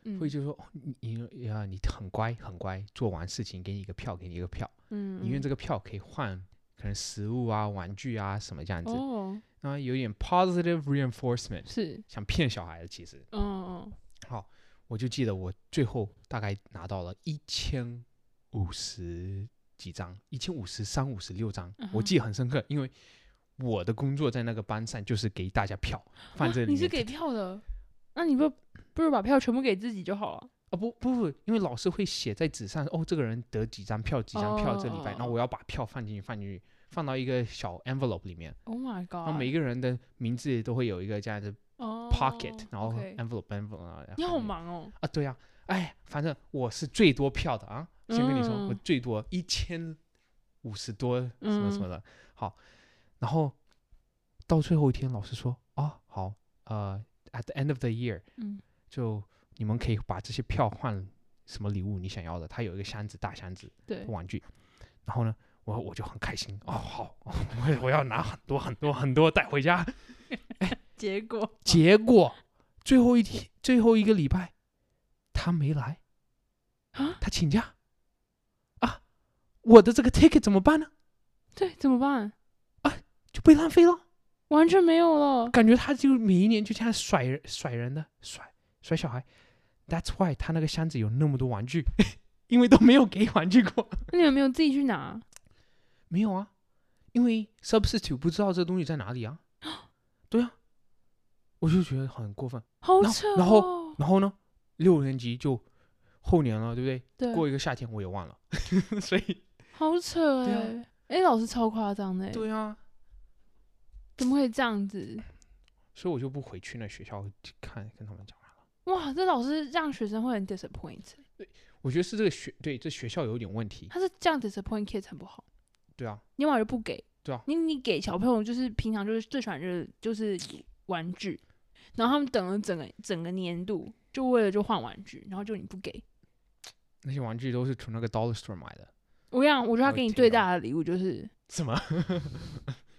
S2: 嗯
S1: 会就说哦，你你啊，你很乖很乖，做完事情给你一个票，给你一个票，
S2: 嗯，
S1: 你用这个
S2: 个
S1: 票可以换可能食物啊、玩具啊什么这样子，
S2: 哦，
S1: 然后有点 positive reinforcement，
S2: 是，
S1: 想骗小孩的其实。
S2: 嗯嗯，
S1: 好，我就记得我最后大概拿到了一千五十几张，一千五十三、五十六张，
S2: 嗯
S1: 我记得很深刻，因为我的工作在那个班上就是给大家票，放
S2: 啊
S1: 这里
S2: 你
S1: 面。
S2: 是给票的，那你不不如把票全部给自己就好了。
S1: 啊、不不不，因为老师会写在纸上，哦，这个人得几张票，几张票这礼拜，
S2: 哦
S1: 然后我要把票放进去，放进去，放到一个小 envelope 里面，
S2: Oh my
S1: 然后
S2: god！
S1: 每一个人的名字都会有一个这样的 pocket，、
S2: 哦
S1: 然后
S2: OK
S1: envelope envelope，然后
S2: 你好
S1: 放进去
S2: 忙哦，
S1: 啊，对啊，哎，反正我是最多票的啊，先跟你说，我
S2: 嗯
S1: 最多一千五十多什么什
S2: 嗯
S1: 么的，好，然后到最后一天，老师说，啊，好，呃，at the end of the year，
S2: 嗯
S1: 就你们可以把这些票换什么礼物你想要的，它有一个箱子，大箱子
S2: 对，
S1: 玩具。然后呢，我我就很开心哦，好，我我要拿很多很多很多带回家。
S2: 结果
S1: 结果最后一天最后一个礼拜，他没来，
S2: 啊，
S1: 他请假啊，我的这个 ticket 怎么办呢？
S2: 对，怎么办？
S1: 就被浪费了，
S2: 完全没有了。
S1: 感觉他就每一年就这样甩人甩人的甩甩小孩。That's why 他那个箱子有那么多玩具， <laughs> 因为都没有给玩具过。
S2: 那你们没有自己去拿？
S1: 没有啊，因为 substitute 不知道这东西在哪
S2: <gasps>
S1: 里啊。对啊，我就觉得很过分。
S2: 好
S1: 然后
S2: 扯、哦
S1: 然然后呢，六年级就后年了，对不对？
S2: 对，
S1: 过一个夏天我也忘了， <laughs> 所以
S2: 好扯哎、
S1: 对啊
S2: 欸！哎、老师超夸张的、欸，
S1: 对啊，
S2: 怎么可以这样子？
S1: 所以我就不回去那学校去看跟他们讲话了。
S2: 哇，这老师让学生会很 disappoint，欸
S1: 我觉得是这个学对这学校有点问题。
S2: 他是这样 disappoint kids 很不好。
S1: 对啊，
S2: 你往就不给，
S1: 对啊
S2: 你你给小朋友就是平常就是最喜欢就是就是玩具，然后他们等了整个整个年度，就为了就换玩具，然后就你不给。
S1: 那些玩具都是从那个 dollar store 买的。
S2: 我跟你讲，我觉得
S1: 还
S2: 他
S1: 有
S2: 给你
S1: 听
S2: 最
S1: 到
S2: 大的礼物就是
S1: 什么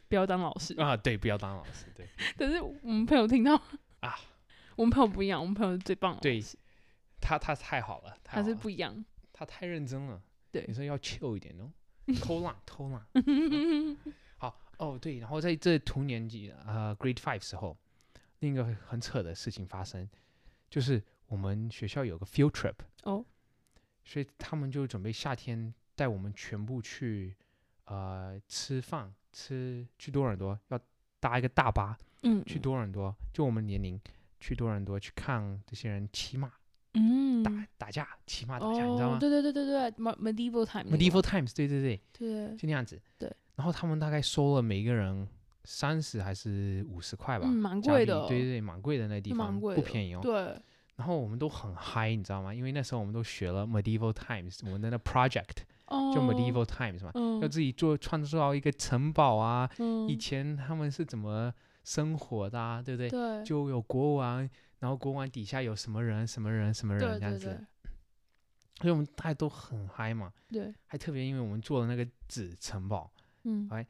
S2: 不要当老师。
S1: 啊？对，不要当老师。对，
S2: 但是我们朋友听到
S1: 啊，
S2: 我们朋友不一样，我们朋友是最棒的老
S1: 对
S2: 师，
S1: 他他太好了，太
S2: 他
S1: 好啊
S2: 是
S1: 了
S2: 不一样。 <laughs>
S1: 他太认真了。
S2: 对
S1: 你说要 chill 一点
S2: <laughs>
S1: 哦，偷懒偷懒。嗯好哦，对，然后在这同年级呃 Grade Five 时候，另一个很扯的事情发生，就是我们学校有个 field trip
S2: 哦，
S1: 所以他们就准备夏天带我们全部去呃吃饭，吃去多伦多，要搭一个大巴
S2: 嗯，
S1: 去多伦多，就我们年龄去多伦多去看这些人骑马
S2: 嗯
S1: 打、打架，骑马打架，
S2: 哦，
S1: 你知道吗
S2: 对对对对对，Mo-，medieval time 那个
S1: ？Medieval
S2: 嘛
S1: Times，对对对。
S2: 对
S1: 就那样子。
S2: 对。
S1: 然后他们大概收了每个人三十还是五十块吧，
S2: 嗯，蛮
S1: 加
S2: 贵
S1: 币
S2: 的，
S1: 对对对，蛮贵的那地
S2: 是蛮
S1: 方，
S2: 贵
S1: 不
S2: 的
S1: 便宜哦。
S2: 对
S1: 然后我们都很嗨，你知道吗？因为那时候我们都学了 medieval times，我们的那 project
S2: 哦，
S1: 就 medieval times 嘛，
S2: 嗯，
S1: 要自己做创造一个城堡啊，
S2: 嗯
S1: 以前他们是怎么生活的啊，对不对？
S2: 对
S1: 就有国王，然后国王底下有什么人、什么人、什么
S2: 对
S1: 人这样
S2: 对
S1: 子，
S2: 对
S1: 所以我们大家都很嗨嘛，
S2: 对，
S1: 还特别因为我们做了那个纸城堡，
S2: 嗯
S1: 哎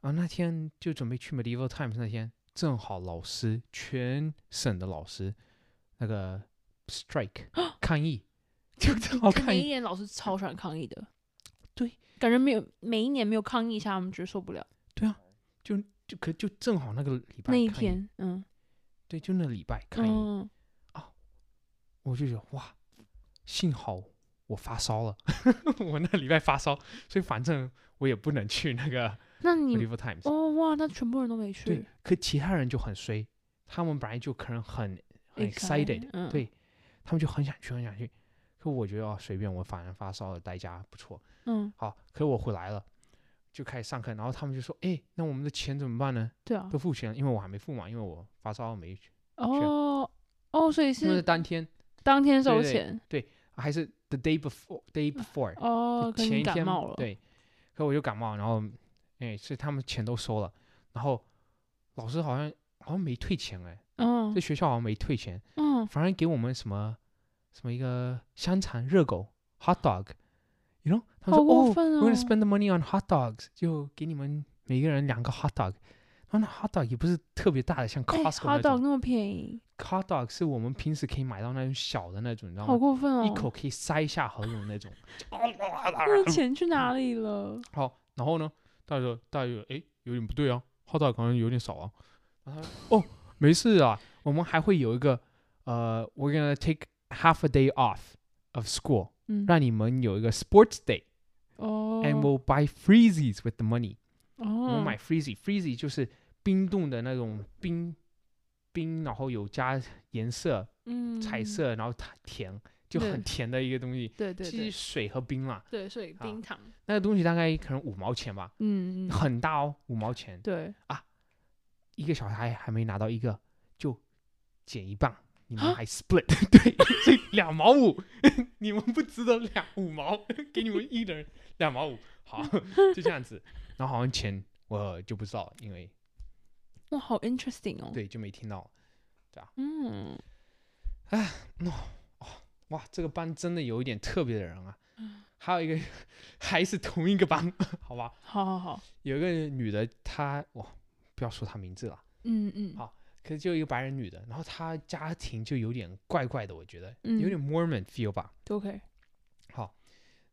S1: 然后那天就准备去 Medieval Times 那天，正好老师全省的老师那个
S2: <gasps>
S1: strike 抗议，就正好抗
S2: 每一
S1: 议，
S2: 年老师超喜欢抗议的，
S1: 对，
S2: 感觉没有每一年没有抗议一下，他们觉得受不了。
S1: 就就可就正好那个礼拜
S2: 那一
S1: 抗议，
S2: 天，嗯
S1: 对，就那礼拜抗议，
S2: 嗯，
S1: 我就觉得哇，幸好我发烧了， <laughs> 我那礼拜发烧，所以反正我也不能去那个
S2: 那你
S1: Medieval Times，、
S2: 哦哇，那全部人都没
S1: 对
S2: 去，，
S1: 可其他人就很衰，他们本来就可能很很
S2: excited，
S1: excited，、
S2: 嗯
S1: 对他们就很想去，很想去。可我觉得啊，随便我反正发烧了，代价不错。
S2: 嗯，
S1: 好，可是我回来了，就开始上课，然后他们就说：“哎，那我们的钱怎么办呢？
S2: 对啊
S1: 都，付钱了，因为我还没付嘛，因为我发烧没去。
S2: 哦哦，所以
S1: 他们是
S2: 是
S1: 当天
S2: 当天收
S1: 对对
S2: 钱
S1: 还是 the day before，day before，、
S2: 哦，可能
S1: 前
S2: 你
S1: 一
S2: 感
S1: 天
S2: 冒了，
S1: 对，可我就感冒，然后哎，所以他们钱都收了，然后老师好像好像没退钱哎，
S2: 嗯
S1: 这学校好像没退钱，
S2: 嗯，
S1: 反而给我们什么什么一个香肠热狗 hot dog。You know，他们说
S2: 好过分
S1: ，We're
S2: 哦
S1: gonna spend the money on hot dogs，就给你们每个人两个 hot dog。然后那 hot dog 也不是特别大的，像
S2: 哎
S1: Costco 那
S2: dog
S1: 种。
S2: 那么便宜，
S1: hot dog 是我们平时可以买到那种小的那种，你知道
S2: 好
S1: 吗？
S2: 过分哦！
S1: 一口可以塞下喉咙
S2: <laughs>
S1: 那种。
S2: 那钱去
S1: 嗯
S2: 哪里了？
S1: 好，然后呢，大家就大家就哎有点不对啊，hot dog 好像有点少啊。然后他说哦，没事啊，我们还会有一个呃，we're gonna take half a day off of school，
S2: 嗯，
S1: 让你们有一个 sports day，and
S2: 哦，
S1: we'll buy freezies with the money。我
S2: 哦
S1: 们买 freezy，freezy 就是冰冻的那种冰冰，然后有加颜色，
S2: 嗯
S1: 彩，色，然后它甜，就
S2: 对
S1: 很甜的一个东西，
S2: 对对
S1: 其实
S2: 对
S1: 水和冰啦。
S2: 对，所以
S1: 啊
S2: 冰糖，
S1: 那个东西大概可能五毛钱吧，
S2: 嗯，嗯
S1: 很大哦，五毛钱，
S2: 对，
S1: 一个小孩还没拿到一个，就减一半，你
S2: 啊
S1: 们还 split，对， <laughs> 所以两毛五， <laughs> 你们不值得两五毛，给你们一人两毛五，好， <laughs> 就这样子。然后好像钱我就不知道，因为
S2: 哇，好 interesting 哦，，
S1: 对就没听到。
S2: 嗯，
S1: 哦哇，这个班真的有一点特别的人啊。
S2: 嗯
S1: 还有一个还是同一个班， <laughs> 好吧？
S2: 好好好，
S1: 有一个女的，她哇，不要说她名字了，
S2: 嗯嗯，
S1: 好可是就一个白人女的，然后她家庭就有点怪怪的，我觉得
S2: 嗯
S1: 有点 Mormon feel 吧。
S2: 都 OK，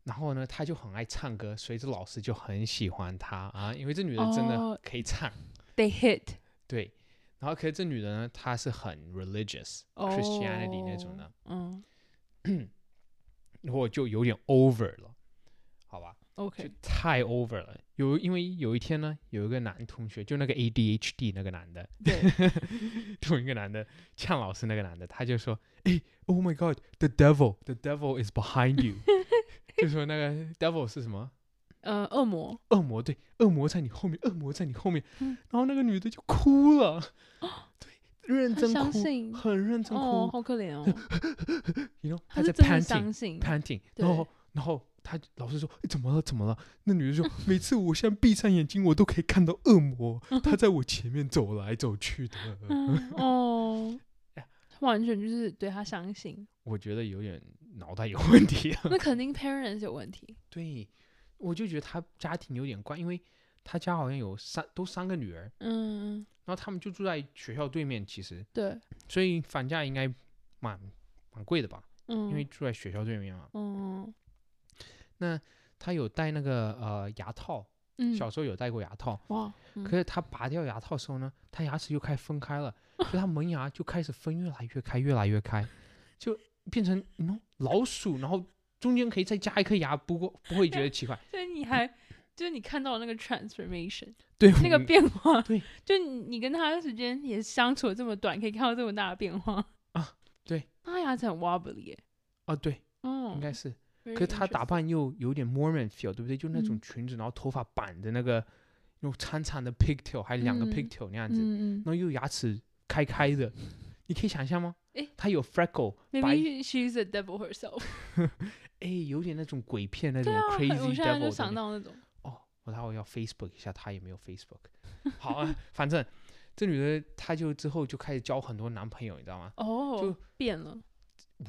S1: 然后呢，她就很爱唱歌，所以这老师就很喜欢她啊，因为这女的真的
S2: 哦
S1: 可以唱。
S2: they hit，
S1: 对，然后可是这女的呢，她是很 religious、
S2: 哦
S1: Christianity 那种的，
S2: 嗯
S1: <clears throat> 我就有点 over 了，好吧，就
S2: ，OK，
S1: 太 over 了。有因为有一天呢，有一个男同学，就那个 ADHD 那个男的，
S2: 对，
S1: <laughs> 同一个男的呛老师那个男的，他就说：“哎，Oh my God，the devil，the devil is behind
S2: <laughs>
S1: you。” 就说那个 devil 是什么？
S2: 呃，恶魔，
S1: 恶魔对，恶魔在你后面，恶魔在你后面。
S2: 嗯哦
S1: 然后那个女的就哭了，对，认
S2: 他
S1: 真
S2: 相
S1: 哭，
S2: 信，
S1: 很认真
S2: 哦，
S1: 哭。
S2: 好可怜哦，
S1: 你 you know，
S2: 他
S1: 在
S2: 是真的
S1: panting
S2: 相信，
S1: panting，
S2: 对
S1: 然后然后他老师说、哎怎么了怎么了？那女的说每次我现在闭上眼睛，我都可以看到恶魔，他在我前面走来走去的。 <laughs>
S2: 嗯哦
S1: 哎呀，
S2: 完全就是对他相信，
S1: 我觉得有点脑袋有问题。啊
S2: 那肯定 parents 有问题，
S1: 对，我就觉得他家庭有点怪，因为他家好像有三都三个女儿，
S2: 嗯，
S1: 然后他们就住在学校对面，其实
S2: 对，
S1: 所以房价应该蛮蛮贵的吧，
S2: 嗯，
S1: 因为住在学校对面嘛。
S2: 嗯
S1: 他有戴那个呃牙套，
S2: 嗯，
S1: 小时候有戴过牙套，
S2: 哇，嗯
S1: 可是他拔掉牙套的时候呢，他牙齿又开始分开了，就他门牙就开始分越来越开，越来越开，就变成喏老鼠，然后中间可以再加一颗牙，不过不会觉得奇怪。
S2: 所以你还就是你看到了那个 transformation，
S1: 对，
S2: <laughs> 那个
S1: 我
S2: 变化，
S1: 嗯对，
S2: 就你你跟他的时间也相处了这么短，可以看到这么大的变化
S1: 啊，
S2: <laughs>
S1: 对，
S2: 他牙齿很 wobbly 耶，
S1: 啊对，
S2: 哦，
S1: 应该是。
S2: very
S1: 可是她打
S2: interesting
S1: 扮又有点 Mormon feel，对不对？就那种
S2: 嗯
S1: 裙子，然后头发绑着那个有长长的 pigtail，还有两个
S2: 嗯
S1: pigtail 那样子，
S2: 嗯
S1: 然后又有牙齿开开的，你可以想象吗？
S2: 诶
S1: 他有 freckle，
S2: 嗯
S1: 白
S2: ，Maybe she's a devil herself。
S1: 哎，有点那种鬼片那种
S2: <laughs> 对啊，我
S1: crazy
S2: 现在
S1: devil
S2: 就
S1: 的
S2: 想
S1: 那
S2: 到那种，
S1: 哦，我待会要 Facebook 一下，她也没有 Facebook。好 <laughs> 啊，反正这女的她就之后就开始交很多男朋友，你知道吗？
S2: 哦
S1: 就，
S2: 变了，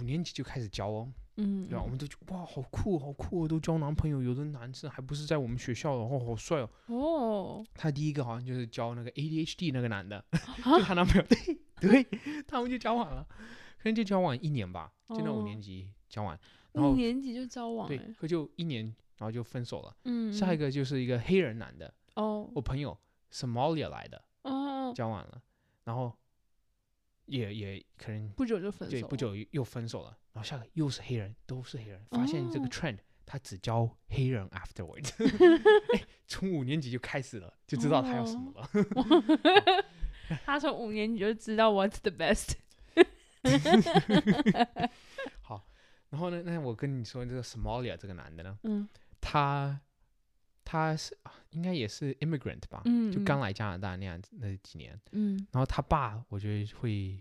S1: 五年级就开始交哦，
S2: 嗯，
S1: 对吧？我们都觉得哇，好酷，好酷哦，都交男朋友，有的男生还不是在我们学校的，哦，好帅哦。
S2: 哦，
S1: 她第一个好像就是交那个 ADHD 那个男的，<laughs>
S2: 啊
S1: 就她男朋友，对对，他们就交往了，可能就交往一年吧，就那五
S2: 哦
S1: 年级交往，然
S2: 五
S1: 后
S2: 年级就交往
S1: 对
S2: 欸，
S1: 可就一年，然后就分手了。
S2: 嗯，
S1: 下一
S2: 个
S1: 个就是一个黑人男的，
S2: 哦
S1: 我朋友 Somalia 来的，
S2: 哦，
S1: 交往了，然后也也可能
S2: 不久就分
S1: 对
S2: 手，
S1: 不，久又又分手了，然后下个又是黑人，都是黑人，发现这个
S2: 哦
S1: trend，、他只教黑人 afterwards，哎， <laughs> 从五年级就开始了，就知道他要什么了。
S2: 哦 <laughs> 他从五年级就知道 what's
S1: <laughs>
S2: the best，
S1: <laughs>
S2: <laughs>
S1: 然后呢，那我跟你说这个 Somalia 这个男的呢，
S2: 嗯
S1: 他他是啊应该也是 immigrant 吧，
S2: 嗯，
S1: 就刚来加拿大那样子那几年，
S2: 嗯，
S1: 然后他爸，我觉得会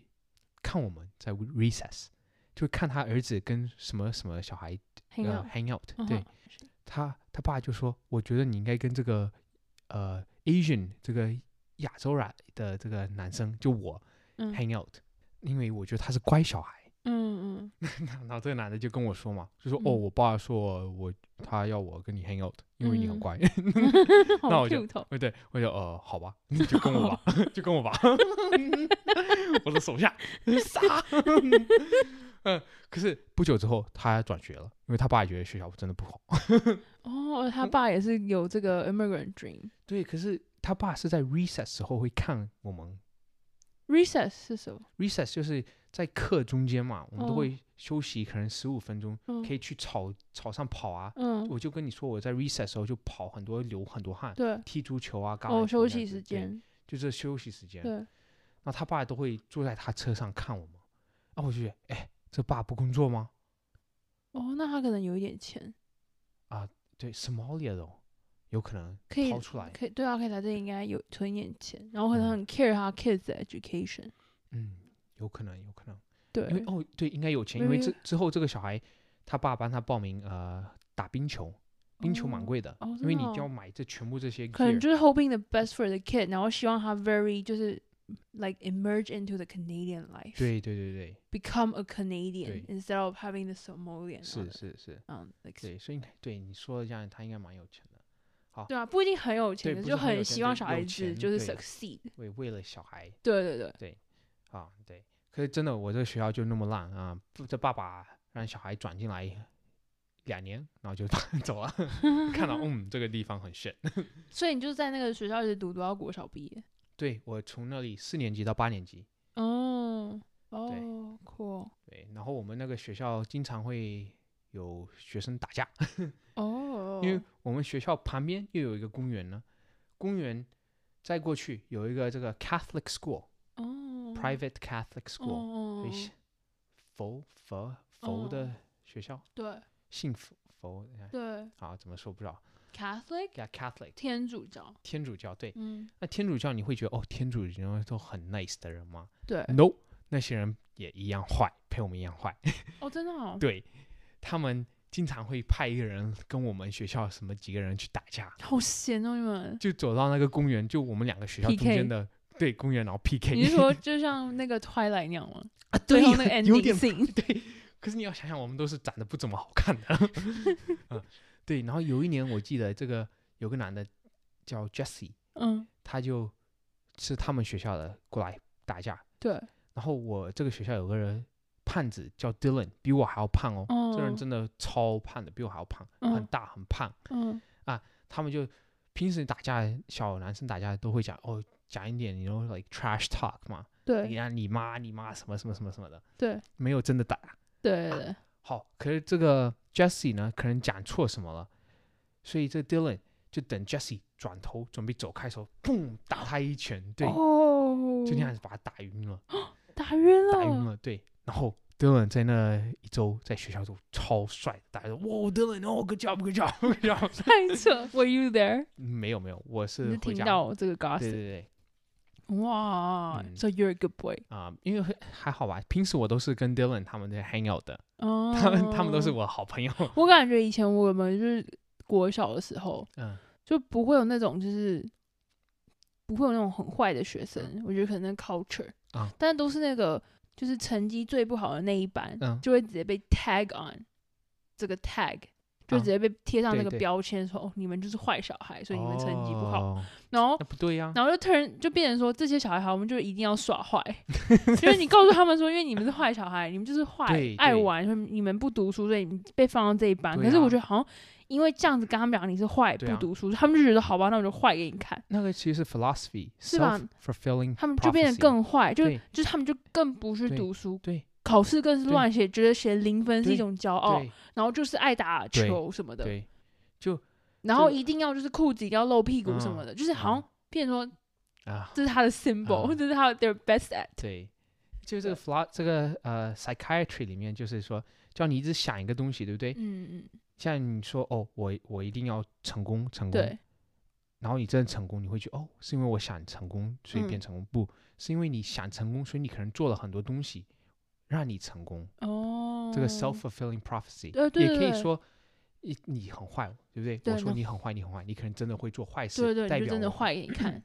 S1: 看我们在 recess，就会看他儿子跟什么什么小孩
S2: 很
S1: 呃
S2: 好，
S1: hang out，、
S2: 嗯
S1: 对
S2: 哼，
S1: 他他爸就说，我觉得你应该跟这个呃 Asian 这个亚洲人的这个男生，就我、
S2: 嗯
S1: hang out，因为我觉得他是乖小孩。 <laughs>
S2: 嗯 <laughs> 嗯，
S1: 然后这个男的就跟我说嘛，就说、哦，
S2: 嗯
S1: 我爸说我他要我跟你 hang out，因为你很
S2: 嗯
S1: 乖。 <laughs> 那
S2: 好
S1: 我就
S2: cute 哦
S1: 对对，我就呃，好吧，就跟我吧，就跟我吧， <laughs> 我的手下傻。 <laughs> 嗯，可是不久之后他转学了，因为他爸也觉得学校真的不好。
S2: 哦，
S1: 嗯
S2: 他爸也是有这个 immigrant dream。
S1: 对，可是他爸是在 recess 时候会看我们
S2: Recess 是什么？
S1: ，recess 就是在课中间嘛，我们都
S2: 哦
S1: 会休息，可能十五分钟，
S2: 嗯
S1: 可以去草草上跑啊。
S2: 嗯，
S1: 我就跟你说，我在 recess 时候就跑很多，流很多汗，
S2: 对，
S1: 踢足球啊，橄榄
S2: 哦，
S1: 球
S2: 休
S1: 这样
S2: 息
S1: 子
S2: 时，
S1: 对
S2: 间，
S1: 就这休息时间。
S2: 对，
S1: 那他爸都会坐在他车上看我们。啊，我就觉得，哎，这爸不工作吗？
S2: 哦，那他可能有一点钱，
S1: 对，Somalia 的哦，有可能
S2: 可以
S1: 掏出来。
S2: 可以，对啊，可以来这里应该有存一点钱，然后可能
S1: 嗯
S2: 很 care 他 kids 的 education，
S1: 嗯，有可能，有可能。
S2: 对，
S1: 因为哦，对，应该有钱，因为
S2: Maybe-
S1: 之之后这个小孩，他爸帮他报名呃打冰球，冰球蛮
S2: 哦
S1: 贵的，
S2: 哦真
S1: 因为你
S2: 的
S1: 就要
S2: 哦
S1: 买这全部这些 gear。
S2: 可能就是 hoping the best for the kid，然后希望他 very 就是 like emerge into the Canadian life，
S1: 对对对对，
S2: ，become a Canadian
S1: 对
S2: instead of having the Somalian，
S1: 是，是是，
S2: 嗯，like
S1: 对，所以应该对你说的这样，他应该蛮有钱的。
S2: 对啊，不一定很有
S1: 对
S2: 钱，可
S1: 不
S2: 是
S1: 是
S2: 就
S1: 很有
S2: 很
S1: 钱
S2: 希望
S1: 对
S2: 小
S1: 有
S2: 孩子
S1: 钱
S2: 就是
S1: 对
S2: succeed，
S1: 为为了小孩
S2: 对对对，
S1: 啊，对。可是真的，我这个学校就那么烂啊！不这爸爸让小孩转进来两年，然后就 <laughs> 走
S2: <laughs>
S1: 了，看到嗯，这个地方很炫。 <laughs>
S2: 所以你就在那个学校一直读读到国小毕业。
S1: 对我从那里四年级到八年级，
S2: 哦哦，cool，
S1: 对，然后我们那个学校经常会有学生打架，
S2: 哦，
S1: 因为我们学校旁边又有一个公园呢，公园再过去有一个这个 Catholic School，private
S2: 哦
S1: Catholic School，、
S2: 哦
S1: 所以是佛佛佛的
S2: 哦
S1: 学校，
S2: 对
S1: 信佛佛哎
S2: 对
S1: 啊怎么说不知道
S2: ，Catholic
S1: ，yeah Catholic
S2: 天主教，
S1: 天主教对，
S2: 嗯，
S1: 那天主教你会觉得哦，天主教都很 nice 的人吗
S2: 对，
S1: ？No，那些人也一样坏，陪我们一样坏。
S2: 哦，真的哦， <laughs>
S1: 对，他们经常会派一个人跟我们学校什么几个人去打架，
S2: 好闲哦，
S1: <laughs>
S2: 你们。
S1: 就走到那个公园，就我们两个学校中
S2: PK
S1: 间的对公园，然后 PK。
S2: 你是说就像那个 Twilight 那样吗？
S1: 啊
S2: 最
S1: 对
S2: 后那个
S1: 有
S2: ending
S1: 点 <laughs>
S2: scene，
S1: 对。 <laughs> 可是你要想想，我们都是长得不怎么好看
S2: <laughs>
S1: 的。嗯，对。然后有一年，我记得这个有个男的叫 Jesse，
S2: 嗯，
S1: 他就是他们学校的过来打架，
S2: 对，
S1: 然后我这个学校有个人胖子叫 Dylan，比我还要胖哦，
S2: 哦
S1: 这人真的超胖的，比我还要胖，很
S2: 嗯
S1: 大很胖。
S2: 嗯
S1: 他们就平时打架，小男生打架都会讲哦，讲一点你 you know like trash talk 嘛，你
S2: 对
S1: 看你妈你妈什么什么什么什么的，
S2: 对
S1: 没有真的打。
S2: 对对，
S1: 好，可是这个 Jesse 呢，可能讲错什么了，所以这 Dylan 就等 Jesse 转头准备走开的时候，砰打他一拳，对，
S2: 哦，
S1: 就那样子把他打晕了。
S2: 打晕
S1: 打晕
S2: 了，
S1: 了，对，然后 Dylan 在那一周在学校都超帅，大家都哇 Dylan 哦 good job good job good job， <laughs>
S2: 太扯！Were you there？
S1: 没有没有，我
S2: 你
S1: 是
S2: 是
S1: 回
S2: 听
S1: 家，
S2: 到这个
S1: 对对
S2: gossip？
S1: 对
S2: 哇
S1: 嗯
S2: ，So you're a good boy。
S1: 啊、因为还好吧，平时我都是跟 Dylan 他们在 hang out 的，
S2: 哦，
S1: 他们他们都是。我的好朋友，
S2: 我感觉以前我们就是国小的时候， <laughs>
S1: 嗯
S2: 就不会有那种就是不会有那种很坏的学生，我觉得可能那 culture
S1: 嗯啊
S2: 但都是那个就是成绩最不好的那一班，
S1: 嗯
S2: 就会直接被 tag on 这个 tag。就
S1: 啊
S2: 直接被贴上
S1: 对
S2: 那个
S1: 对
S2: 标签，说哦，你们就是坏小孩，所以你们成绩不好。
S1: 哦
S2: 然后
S1: 那不对呀、
S2: 然后就突然就变成说，这些小孩好，我们就一定要耍坏， <laughs> 就是你告诉他们说，因为你们是坏小孩，你们就是坏
S1: 对，
S2: 爱
S1: 对
S2: 玩，你们不读书，所以你们被放到这一班。
S1: 对
S2: 可是我
S1: 啊
S2: 觉得好像因为这样子跟他们讲你是坏，
S1: 对
S2: 不
S1: 啊
S2: 读书，他们就觉得好吧，那我就坏给你看，
S1: 那个其实是 philosophy，
S2: <laughs> 是吧
S1: Self-fulfilling，
S2: 他们就变得
S1: prophecy
S2: 更坏，就
S1: 对
S2: 就是他们就更不去
S1: 对
S2: 读书，
S1: 对
S2: 考试更是
S1: 对
S2: 乱写，觉得写零分是一
S1: 对
S2: 种骄傲，
S1: 对
S2: 然后就是爱打
S1: 对
S2: 球什么的，
S1: 对，
S2: 然后
S1: 就
S2: 一定要就是裤子一定要露屁股什么
S1: 嗯
S2: 的，就是好像
S1: 嗯
S2: 变成说
S1: 啊，
S2: 这是他的 symbol，
S1: 嗯
S2: 这是他的 their best at。
S1: 对，就这个 philo 这个呃 psychiatry 里面就是说，叫你一直想一个东西，对不对？
S2: 嗯嗯，
S1: 像你说哦，我我一定要成功成功，
S2: 对，
S1: 然后你真的成功，你会觉得哦，是因为我想成功所以变
S2: 嗯
S1: 成功，不是因为你想成功，所以你可能做了很多东西让你成功。
S2: 哦，
S1: 这个 self fulfilling prophecy，、
S2: 呃对
S1: 也可
S2: 对
S1: 以
S2: 对
S1: 说你你很坏，对不对？
S2: 对
S1: 我说
S2: 那
S1: 你很坏，你很坏，你可能真的会做坏事，
S2: 对对，
S1: 代
S2: 你
S1: 表
S2: 就真的
S1: 我，
S2: 坏给你看，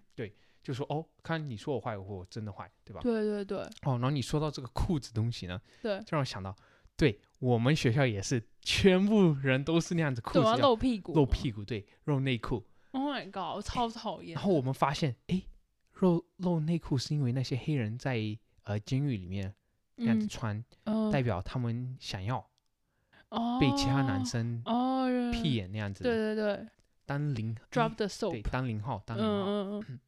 S1: 就说哦，看你说我坏，我真的坏，对吧？
S2: 对对对
S1: 哦，然后你说到这个裤子东西呢，
S2: 对，
S1: 就让我想到，对我们学校也是，全部人都是那样子裤
S2: 对
S1: 子
S2: 啊，
S1: 要
S2: 露屁股，
S1: 露屁股，对，露内裤，
S2: 股，Oh my god，我超讨厌
S1: 然。后我们发现，诶，露露内裤是因为那些黑人在呃监狱里面那样子
S2: 嗯
S1: 穿，
S2: 嗯
S1: 代表他们想要
S2: 哦
S1: 被其他男生
S2: 哦
S1: 屁，眼那样子的，
S2: 对对对
S1: 当零
S2: ，drop the
S1: 对
S2: soap，
S1: 当零号当
S2: 嗯
S1: 零号，
S2: 嗯嗯，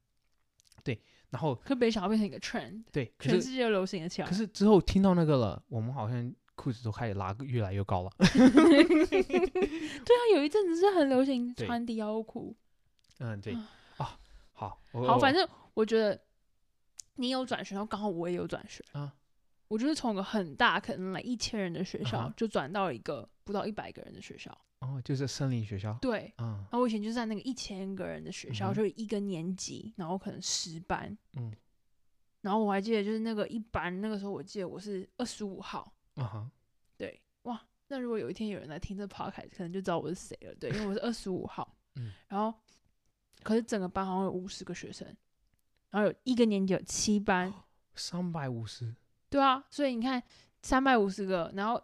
S1: 然后
S2: 可没想到变成一个 trend，
S1: 对，可
S2: 全
S1: 是
S2: 世界都流行了起来
S1: 可。是之后听到那个了，我们好像裤子都开始拉个越来越高了，<laughs>
S2: <laughs> 对啊，有一阵子是很流行
S1: 对
S2: 穿低腰裤。
S1: 嗯，对
S2: 啊
S1: 啊，好，我
S2: 好，
S1: 我
S2: 反正我觉得你有转学，然后刚好我也有转学
S1: 啊。
S2: 我就是从一个很大，可能来一千人的学
S1: 啊
S2: 校
S1: 哈，
S2: 就转到一个不到一百个人的学校。
S1: 哦，就是森林学校，
S2: 对，
S1: 嗯
S2: 然后我以前就是在那个一千个人的学校，
S1: 嗯哼
S2: 就一个年级，然后可能十班，
S1: 嗯，
S2: 然后我还记得就是那个一班，那个时候我记得我是二十五号，
S1: 啊哈，
S2: 对，哇，那如果有一天有人来听这 podcast，可能就知道我是谁了，对，因为我是二十五号，
S1: 嗯，
S2: 然后可是整个班好像有五十个学生，然后有一个年级有七班，
S1: 哦三百五十，
S2: 对啊，所以你看三百五十个，然后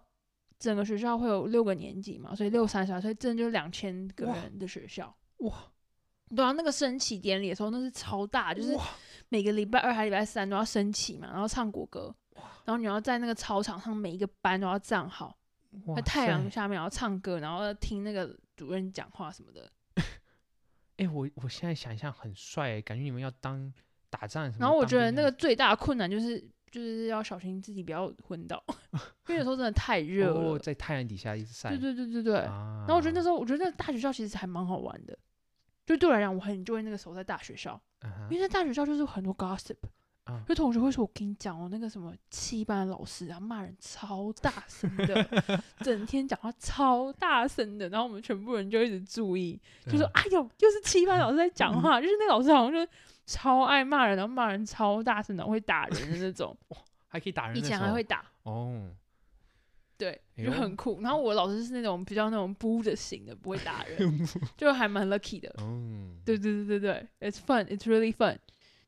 S2: 整个学校会有六个年级嘛，所以六三十，所以真的就是两千个
S1: 哇
S2: 人的学校。
S1: 哇
S2: 对啊，那个升旗典礼的时候那是超大，就是
S1: 哇
S2: 每个礼拜二还礼拜三都要升旗嘛，然后唱国歌，然后你要在那个操场上每一个班都要站好，
S1: 哇
S2: 在太阳
S1: 塞，
S2: 下面然后唱歌，然后听那个主任讲话什么的。
S1: 哎，我我现在想象很帅，欸感觉你们要当打仗什么，
S2: 然后我觉得那个最大的困难就是就是要小心自己不要昏倒， <laughs> 因为有时候真的太热了。
S1: 哦，在太阳底下一直晒，
S2: 对对对对对。
S1: 啊，
S2: 然后我觉得那时候，我觉得那个大学校其实还蛮好玩的，就对我来讲，我很 enjoy 那个时候在大学校，
S1: 啊
S2: 因为在大学校就是有很多 gossip，
S1: 啊
S2: 就同学会说我跟你讲哦，那个什么七班的老师啊，骂人超大声
S1: <laughs>
S2: 的，整天讲话超大声的，然后我们全部人就一直注意，就说
S1: 嗯
S2: 哎呦，又是七班老师在讲话，就是那个老师好像就是超爱骂人，然后骂人超大声的，然后会打人的
S1: <laughs>
S2: 那种，
S1: 还可以打人
S2: 以
S1: 的时候，
S2: 前还会打。 <laughs>
S1: 哦，
S2: 对，
S1: 哎
S2: 就
S1: 呦
S2: 很酷。然后我老师是那种比较那种不的型的，不会打
S1: <laughs>
S2: 人，就还蛮 lucky 的。
S1: 嗯，
S2: 对对对对对，it's fun, it's really fun。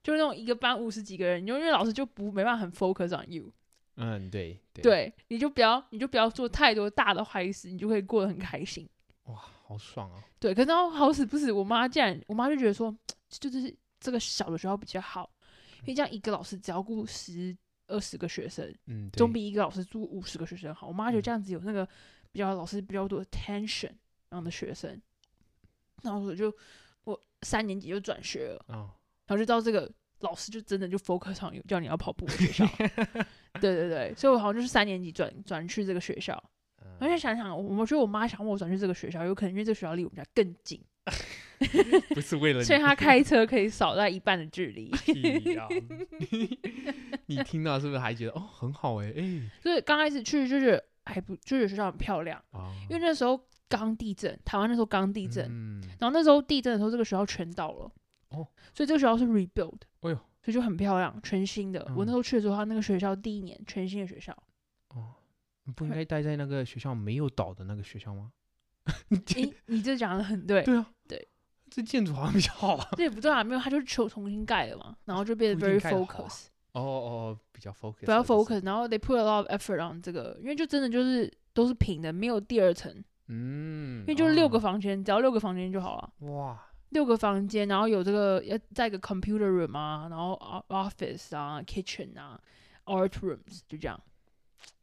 S2: 就是那种一个班五十几个人，因为因为老师就不没办法很 focus on you，
S1: 嗯，对对
S2: 对，你就不要你就不要做太多大的坏事，你就会过得很开心。
S1: 哇，好爽啊！
S2: 对，可是然后好死不死，我妈竟然我妈就觉得说，就是这个小的学校比较好，因为这样一个老师只要顾十二十个学生，
S1: 嗯，
S2: 总
S1: 对
S2: 比一个老师顾五十个学生好。我妈觉
S1: 嗯
S2: 得这样子有那个比较老师比较多的 tension 让的学生，然后我就我三年级就转学了。
S1: 哦，
S2: 然后就到这个老师就真的就 focus on 有叫你要跑步的
S1: <laughs>
S2: 学校。对对对，所以我好像就是三年级转转去这个学校，
S1: 嗯
S2: 而且想想，我我觉得我妈想我转去这个学校，有可能因为这个学校离我们家更近，
S1: 不是为了你
S2: 所以
S1: <laughs>
S2: 他开车可以少到一半的距离。
S1: 屁
S2: <laughs>
S1: 呀你听到是不是还觉得哦很好哎、哎、
S2: 所以刚开始去就是还不就是学校很漂亮，
S1: 啊，
S2: 因为那时候刚地震，台湾那时候刚地震，
S1: 嗯，
S2: 然后那时候地震的时候这个学校全倒了，
S1: 哦，
S2: 所以这个学校是 rebuild，
S1: 哎呦
S2: 所以就很漂亮，全新的。
S1: 嗯
S2: 我那时候去的时候，他那个学校第一年全新的学校，
S1: 哦，你不应该待在那个学校没有倒的那个学校吗？ <laughs>
S2: 你你这讲的很对，
S1: 对啊，
S2: 对，
S1: 这建筑好像比较好啊。
S2: 这也不对啊，没有，他就是重重新盖了嘛，然后就变
S1: 不
S2: 得
S1: 一定
S2: very
S1: 盖得好啊
S2: focus，
S1: 哦哦，比较 focus，
S2: 比较
S1: 或者是
S2: focus，然后 they put a lot of effort on 这个，因为就真的就是都是平的，没有第二层，
S1: 嗯，
S2: 因为就是六个
S1: 哦
S2: 房间，只要六个房间就好了。
S1: 哇，
S2: 六个房间，然后有这个要再一个 computer room 啊，然后 o- office 啊，kitchen 啊，art rooms 就这样。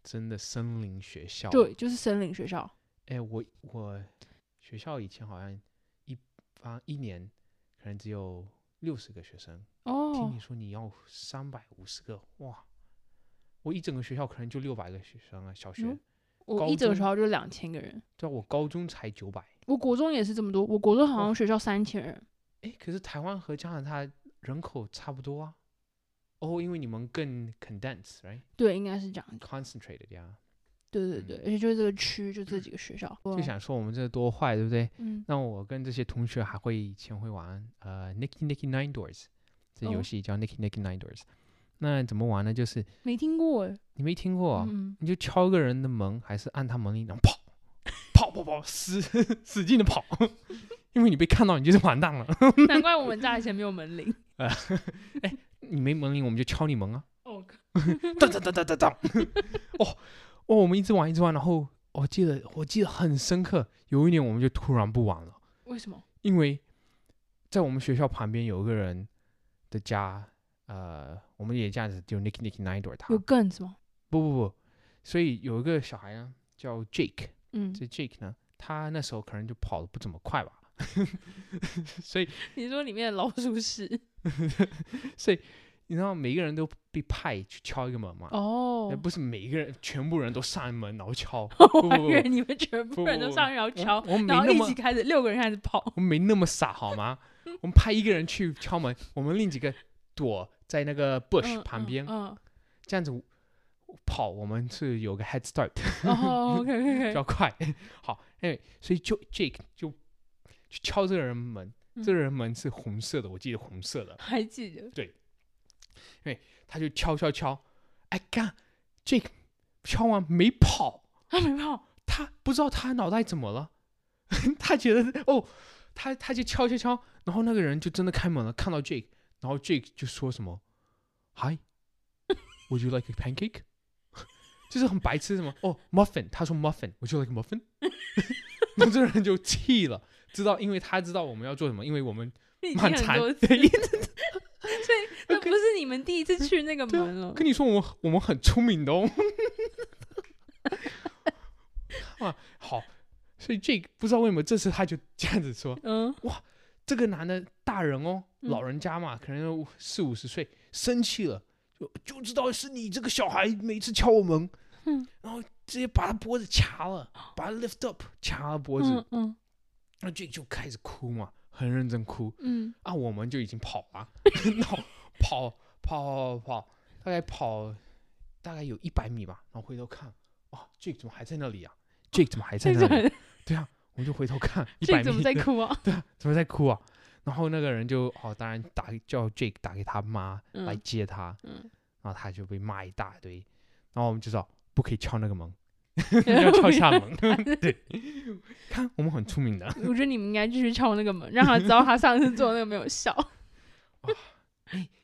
S1: 真的森林学校。
S2: 对，，就是森林学校。
S1: 哎，我我学校以前好像一啊一年可能只有六十个学生，听
S2: 哦
S1: 你，说你要三百五十个，哇！我一整个学校可能就六百个学生啊，小学。
S2: 嗯我
S1: 高
S2: 一整
S1: 中
S2: 个学校就两千个人，
S1: 对啊，我高中才九百。
S2: 我国中也是这么多，我国中好
S1: 哇
S2: 像学校三千人。
S1: 哎，可是台湾和加拿大人口差不多啊。哦，因为你们更 condensed，right？concentrated
S2: 对，应该是这样子。
S1: 呀、
S2: 对对对，而且就是这个区，就这几个学校。
S1: 嗯就想说我们这多坏，对不对？
S2: 嗯，
S1: 那我跟这些同学还会以前会玩呃 Nicky Nicky Nine Doors 这游
S2: 哦
S1: 戏叫 Nicky Nicky Nine Doors。那怎么玩呢？就是
S2: 没听过哎。
S1: 你没听过啊、
S2: 嗯，
S1: 你就敲一个人的门，还是按他门铃，然后跑，跑跑跑，使使劲的跑， <laughs> 因为你被看到，你就是完蛋了。
S2: 嗯难怪我们家以前没有门铃。
S1: 你没门铃，我们就敲你门啊，
S2: <laughs> 哦，
S1: 当当当当当当。哦哦，我们一直玩一直玩，然后我记得我记得很深刻，有一年我们就突然不玩了。
S2: 为什么？
S1: 因为在我们学校旁边有一个人的家，呃，我们也这样子就 Nick Nick Nine Door 他，
S2: 有
S1: 不
S2: 更什么？
S1: 不不，所以有一个小孩呢叫 Jake，
S2: 嗯，
S1: 这 Jake 呢，他那时候可能就跑的不怎么快吧， <laughs> 所以
S2: 你说里面的老鼠屎？
S1: 所以你知道每个人都被派去敲一个门嘛，
S2: 哦，
S1: 呃，不是每一个人全部人都上门然后敲
S2: <laughs> 我
S1: 不
S2: 还
S1: 不
S2: 以为你们全部
S1: 不
S2: 人
S1: 不
S2: 都
S1: 不
S2: 上去然后敲
S1: 我，我嗯没
S2: 然后
S1: 那
S2: 一
S1: 么
S2: 起开始六个人开始跑，
S1: 我们没那么傻好吗？我们派一个人去敲门，我们另几个躲在那个 bush
S2: 嗯
S1: 旁
S2: 嗯
S1: 边，
S2: <laughs> 嗯，
S1: 这样子跑，我们是有个 head start
S2: 然后 OK
S1: 比 <laughs>
S2: OK
S1: 较
S2: OK，
S1: 快。好，哎，所以就 Jake 就去敲这个人门，这个人门是红色的，我记得红色的，
S2: <laughs> 还记得
S1: 他就敲敲敲，哎干，Jake 敲完没跑，
S2: 他没跑，
S1: 他不知道他脑袋怎么了， <laughs> 他觉得哦，他他就敲敲敲，然后那个人就真的开门了，看到 Jake，然后 Jake 就说什么，Hi，Would <laughs> you like a pancake？就是很白痴什么哦，muffin，他说 muffin，Would you like a muffin？然后这个人就气了，知道，因为他知道我们要做什么，因为我们
S2: 已经
S1: 漫
S2: 很
S1: 谈 <laughs>
S2: 多，次，
S1: 对，一直
S2: 那不是你们第一次去那个
S1: 对啊
S2: 门了，
S1: 跟你说我们我们很聪明的哦。 <laughs> 啊，好，所以 Jake 不知道为什么这次他就这样子说，
S2: 嗯，
S1: 这个男的大人哦，
S2: 嗯
S1: 老人家嘛，可能有四五十岁，生气了，就就知道是你这个小孩每次敲我门，
S2: 嗯
S1: 然后直接把他脖子掐了，把他 lift up 掐了脖子，
S2: 嗯嗯
S1: 那、Jake 就开始哭嘛，很认真哭
S2: 嗯，
S1: 啊，我们就已经跑了，然后跑跑跑跑，大概跑大概有一百米吧，然后回头看，哇，Jake 怎么还在那里啊？Jake 怎么还在
S2: 这
S1: 那
S2: 个 <laughs>
S1: 里？
S2: 人
S1: 对啊，我们就回头看，一
S2: 这
S1: 百
S2: 个怎么
S1: 米
S2: 在哭
S1: <laughs>
S2: 啊？
S1: 怎么在哭啊？然后那个人就哦，当然打叫 Jake 打给他妈来
S2: 嗯
S1: 接他，
S2: 嗯，
S1: 然后他就被骂一大堆，然后我们就知道不可以敲那个
S2: <laughs>
S1: 门， <laughs> 要敲下门。 <laughs> 对，看我们很出名的，
S2: 我觉得你们应该继续敲那个门，让他知道他上次做那个没有效。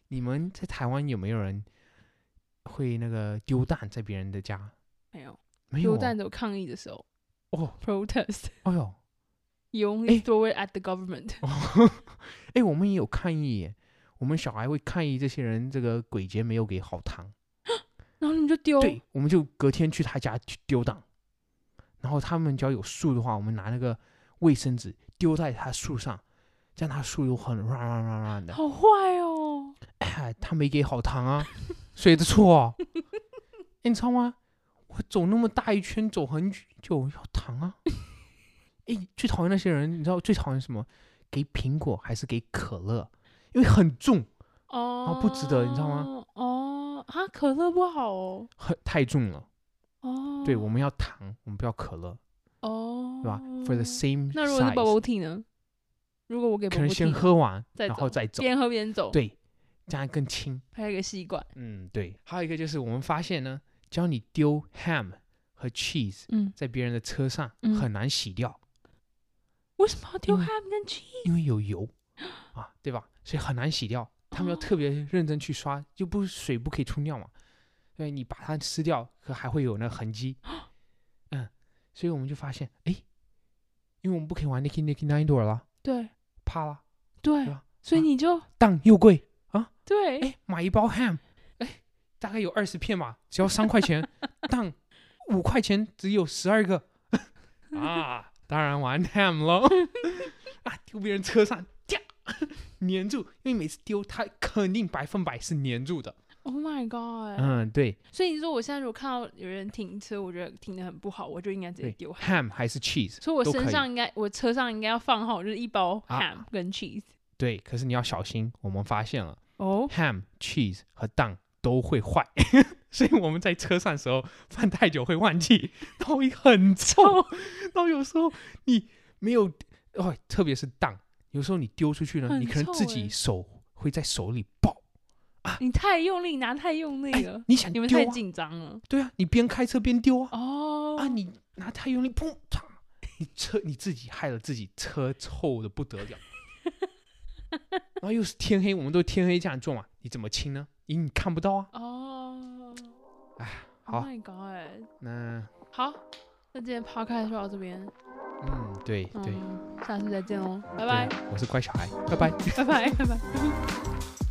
S1: 你们在台湾有没有人会那个丢蛋在别人的家？
S2: 没有，
S1: <laughs> 没有
S2: 有
S1: 哦
S2: 蛋有抗议的时候
S1: 哦，
S2: protest。 <laughs>
S1: 哎呦，
S2: You
S1: 哎
S2: only throw it at the government。 <laughs>
S1: 哦哎，我们也有抗议耶，我们小孩会抗议这些人这个鬼节没有给好糖。
S2: 然后你们就丢，
S1: 对，我们就隔天去他家去丢档，然后他们只要有树的话，我们拿那个卫生纸丢在他树上，这样他树又很软软软软的。
S2: 好坏哦。
S1: 哎，他没给好糖啊，谁的错、啊？ <laughs> 哎，你知道吗？我走那么大一圈，走很久要糖啊。哎，最讨厌那些人，你知道最讨厌什么？给苹果还是给可乐？因为很重，
S2: 哦、
S1: 不值得你知道吗？
S2: 哦，啊，可乐不好哦，
S1: 很太重了。
S2: 哦，
S1: 对，我们要糖，我们不要可乐，
S2: 哦，
S1: 对吧？For the same
S2: 那如果是
S1: size，
S2: bubble tea 呢？如果我给
S1: 可能
S2: bubble
S1: 先
S2: tea，
S1: 喝完，
S2: 再
S1: 然后
S2: 走
S1: 再走。
S2: 边喝边走，，
S1: 对，这样更轻。
S2: 还有一个吸管，
S1: 嗯，对。还有一个就是我们发现呢，只要你丢 ham 和 cheese
S2: 嗯，
S1: 在别人的车上，
S2: 嗯
S1: 很难洗掉，
S2: 为什么要丢
S1: 因为
S2: ham 跟 cheese？
S1: 因为有
S2: <gasps>
S1: 油啊，对吧？所以很难洗掉。他们要
S2: 哦
S1: 特别认真去刷，就不水不可以冲掉嘛。对，你把它撕掉，可还会有那痕迹。
S2: 哦
S1: <sniffs> 嗯，所以我们就发现，哎，因为我们不可以玩 Nicky Nicky Nine Door 了，
S2: 对
S1: 怕了，对
S2: 对
S1: 吧，
S2: 所以
S1: 啊
S2: 你就
S1: 蛋又贵，
S2: 对，
S1: 哎，买一包 ham，哎，大概有二十片吧，只要三块钱，当五块钱只有十二个啊，当然玩 ham 喽啊，丢别人车上，啪粘住，因为每次丢它肯定百分百是粘住的。
S2: Oh my god！、
S1: 嗯，对
S2: 所以你说我现在如果看到有人停车，我觉得停的很不好，我就应该直接
S1: 对
S2: 丢 ham。
S1: ，ham 还是 cheese，
S2: 所以我
S1: 都可
S2: 身
S1: 以
S2: 上应该，我车上应该要放好就是一包
S1: 啊
S2: ham 跟 cheese。
S1: 对，可是你要小心，我们发现了
S2: 哦，
S1: ham、cheese 和蛋都会坏， <laughs> 所以我们在车上的时候放太久会忘记，然后会很臭，然后有时候你没有，哦，特别是蛋，有时候你丢出去呢，
S2: 很
S1: 你可能自
S2: 臭欸
S1: 己手会在手里爆，
S2: 你太用力拿，太用力了，
S1: 你想
S2: 你
S1: 丢、
S2: 们
S1: 啊，
S2: 太紧张了。
S1: 对啊，你边开车边丢啊，
S2: 哦，
S1: 啊，你拿太用力，砰，嚓，你车你自己害了自己，车臭的不得了。 <laughs> 然后又是天黑，我们都天黑这样做嘛，你怎么清呢？因为你看不到啊。
S2: 哦
S1: 哎，
S2: ，Oh
S1: 好，
S2: my god！
S1: 那
S2: 好，那今天 podcast 就到这边，
S1: 嗯，对对，
S2: 嗯，下次再见喽，拜
S1: 拜
S2: 拜，
S1: 我是乖小孩，拜拜。
S2: 拜拜，拜拜。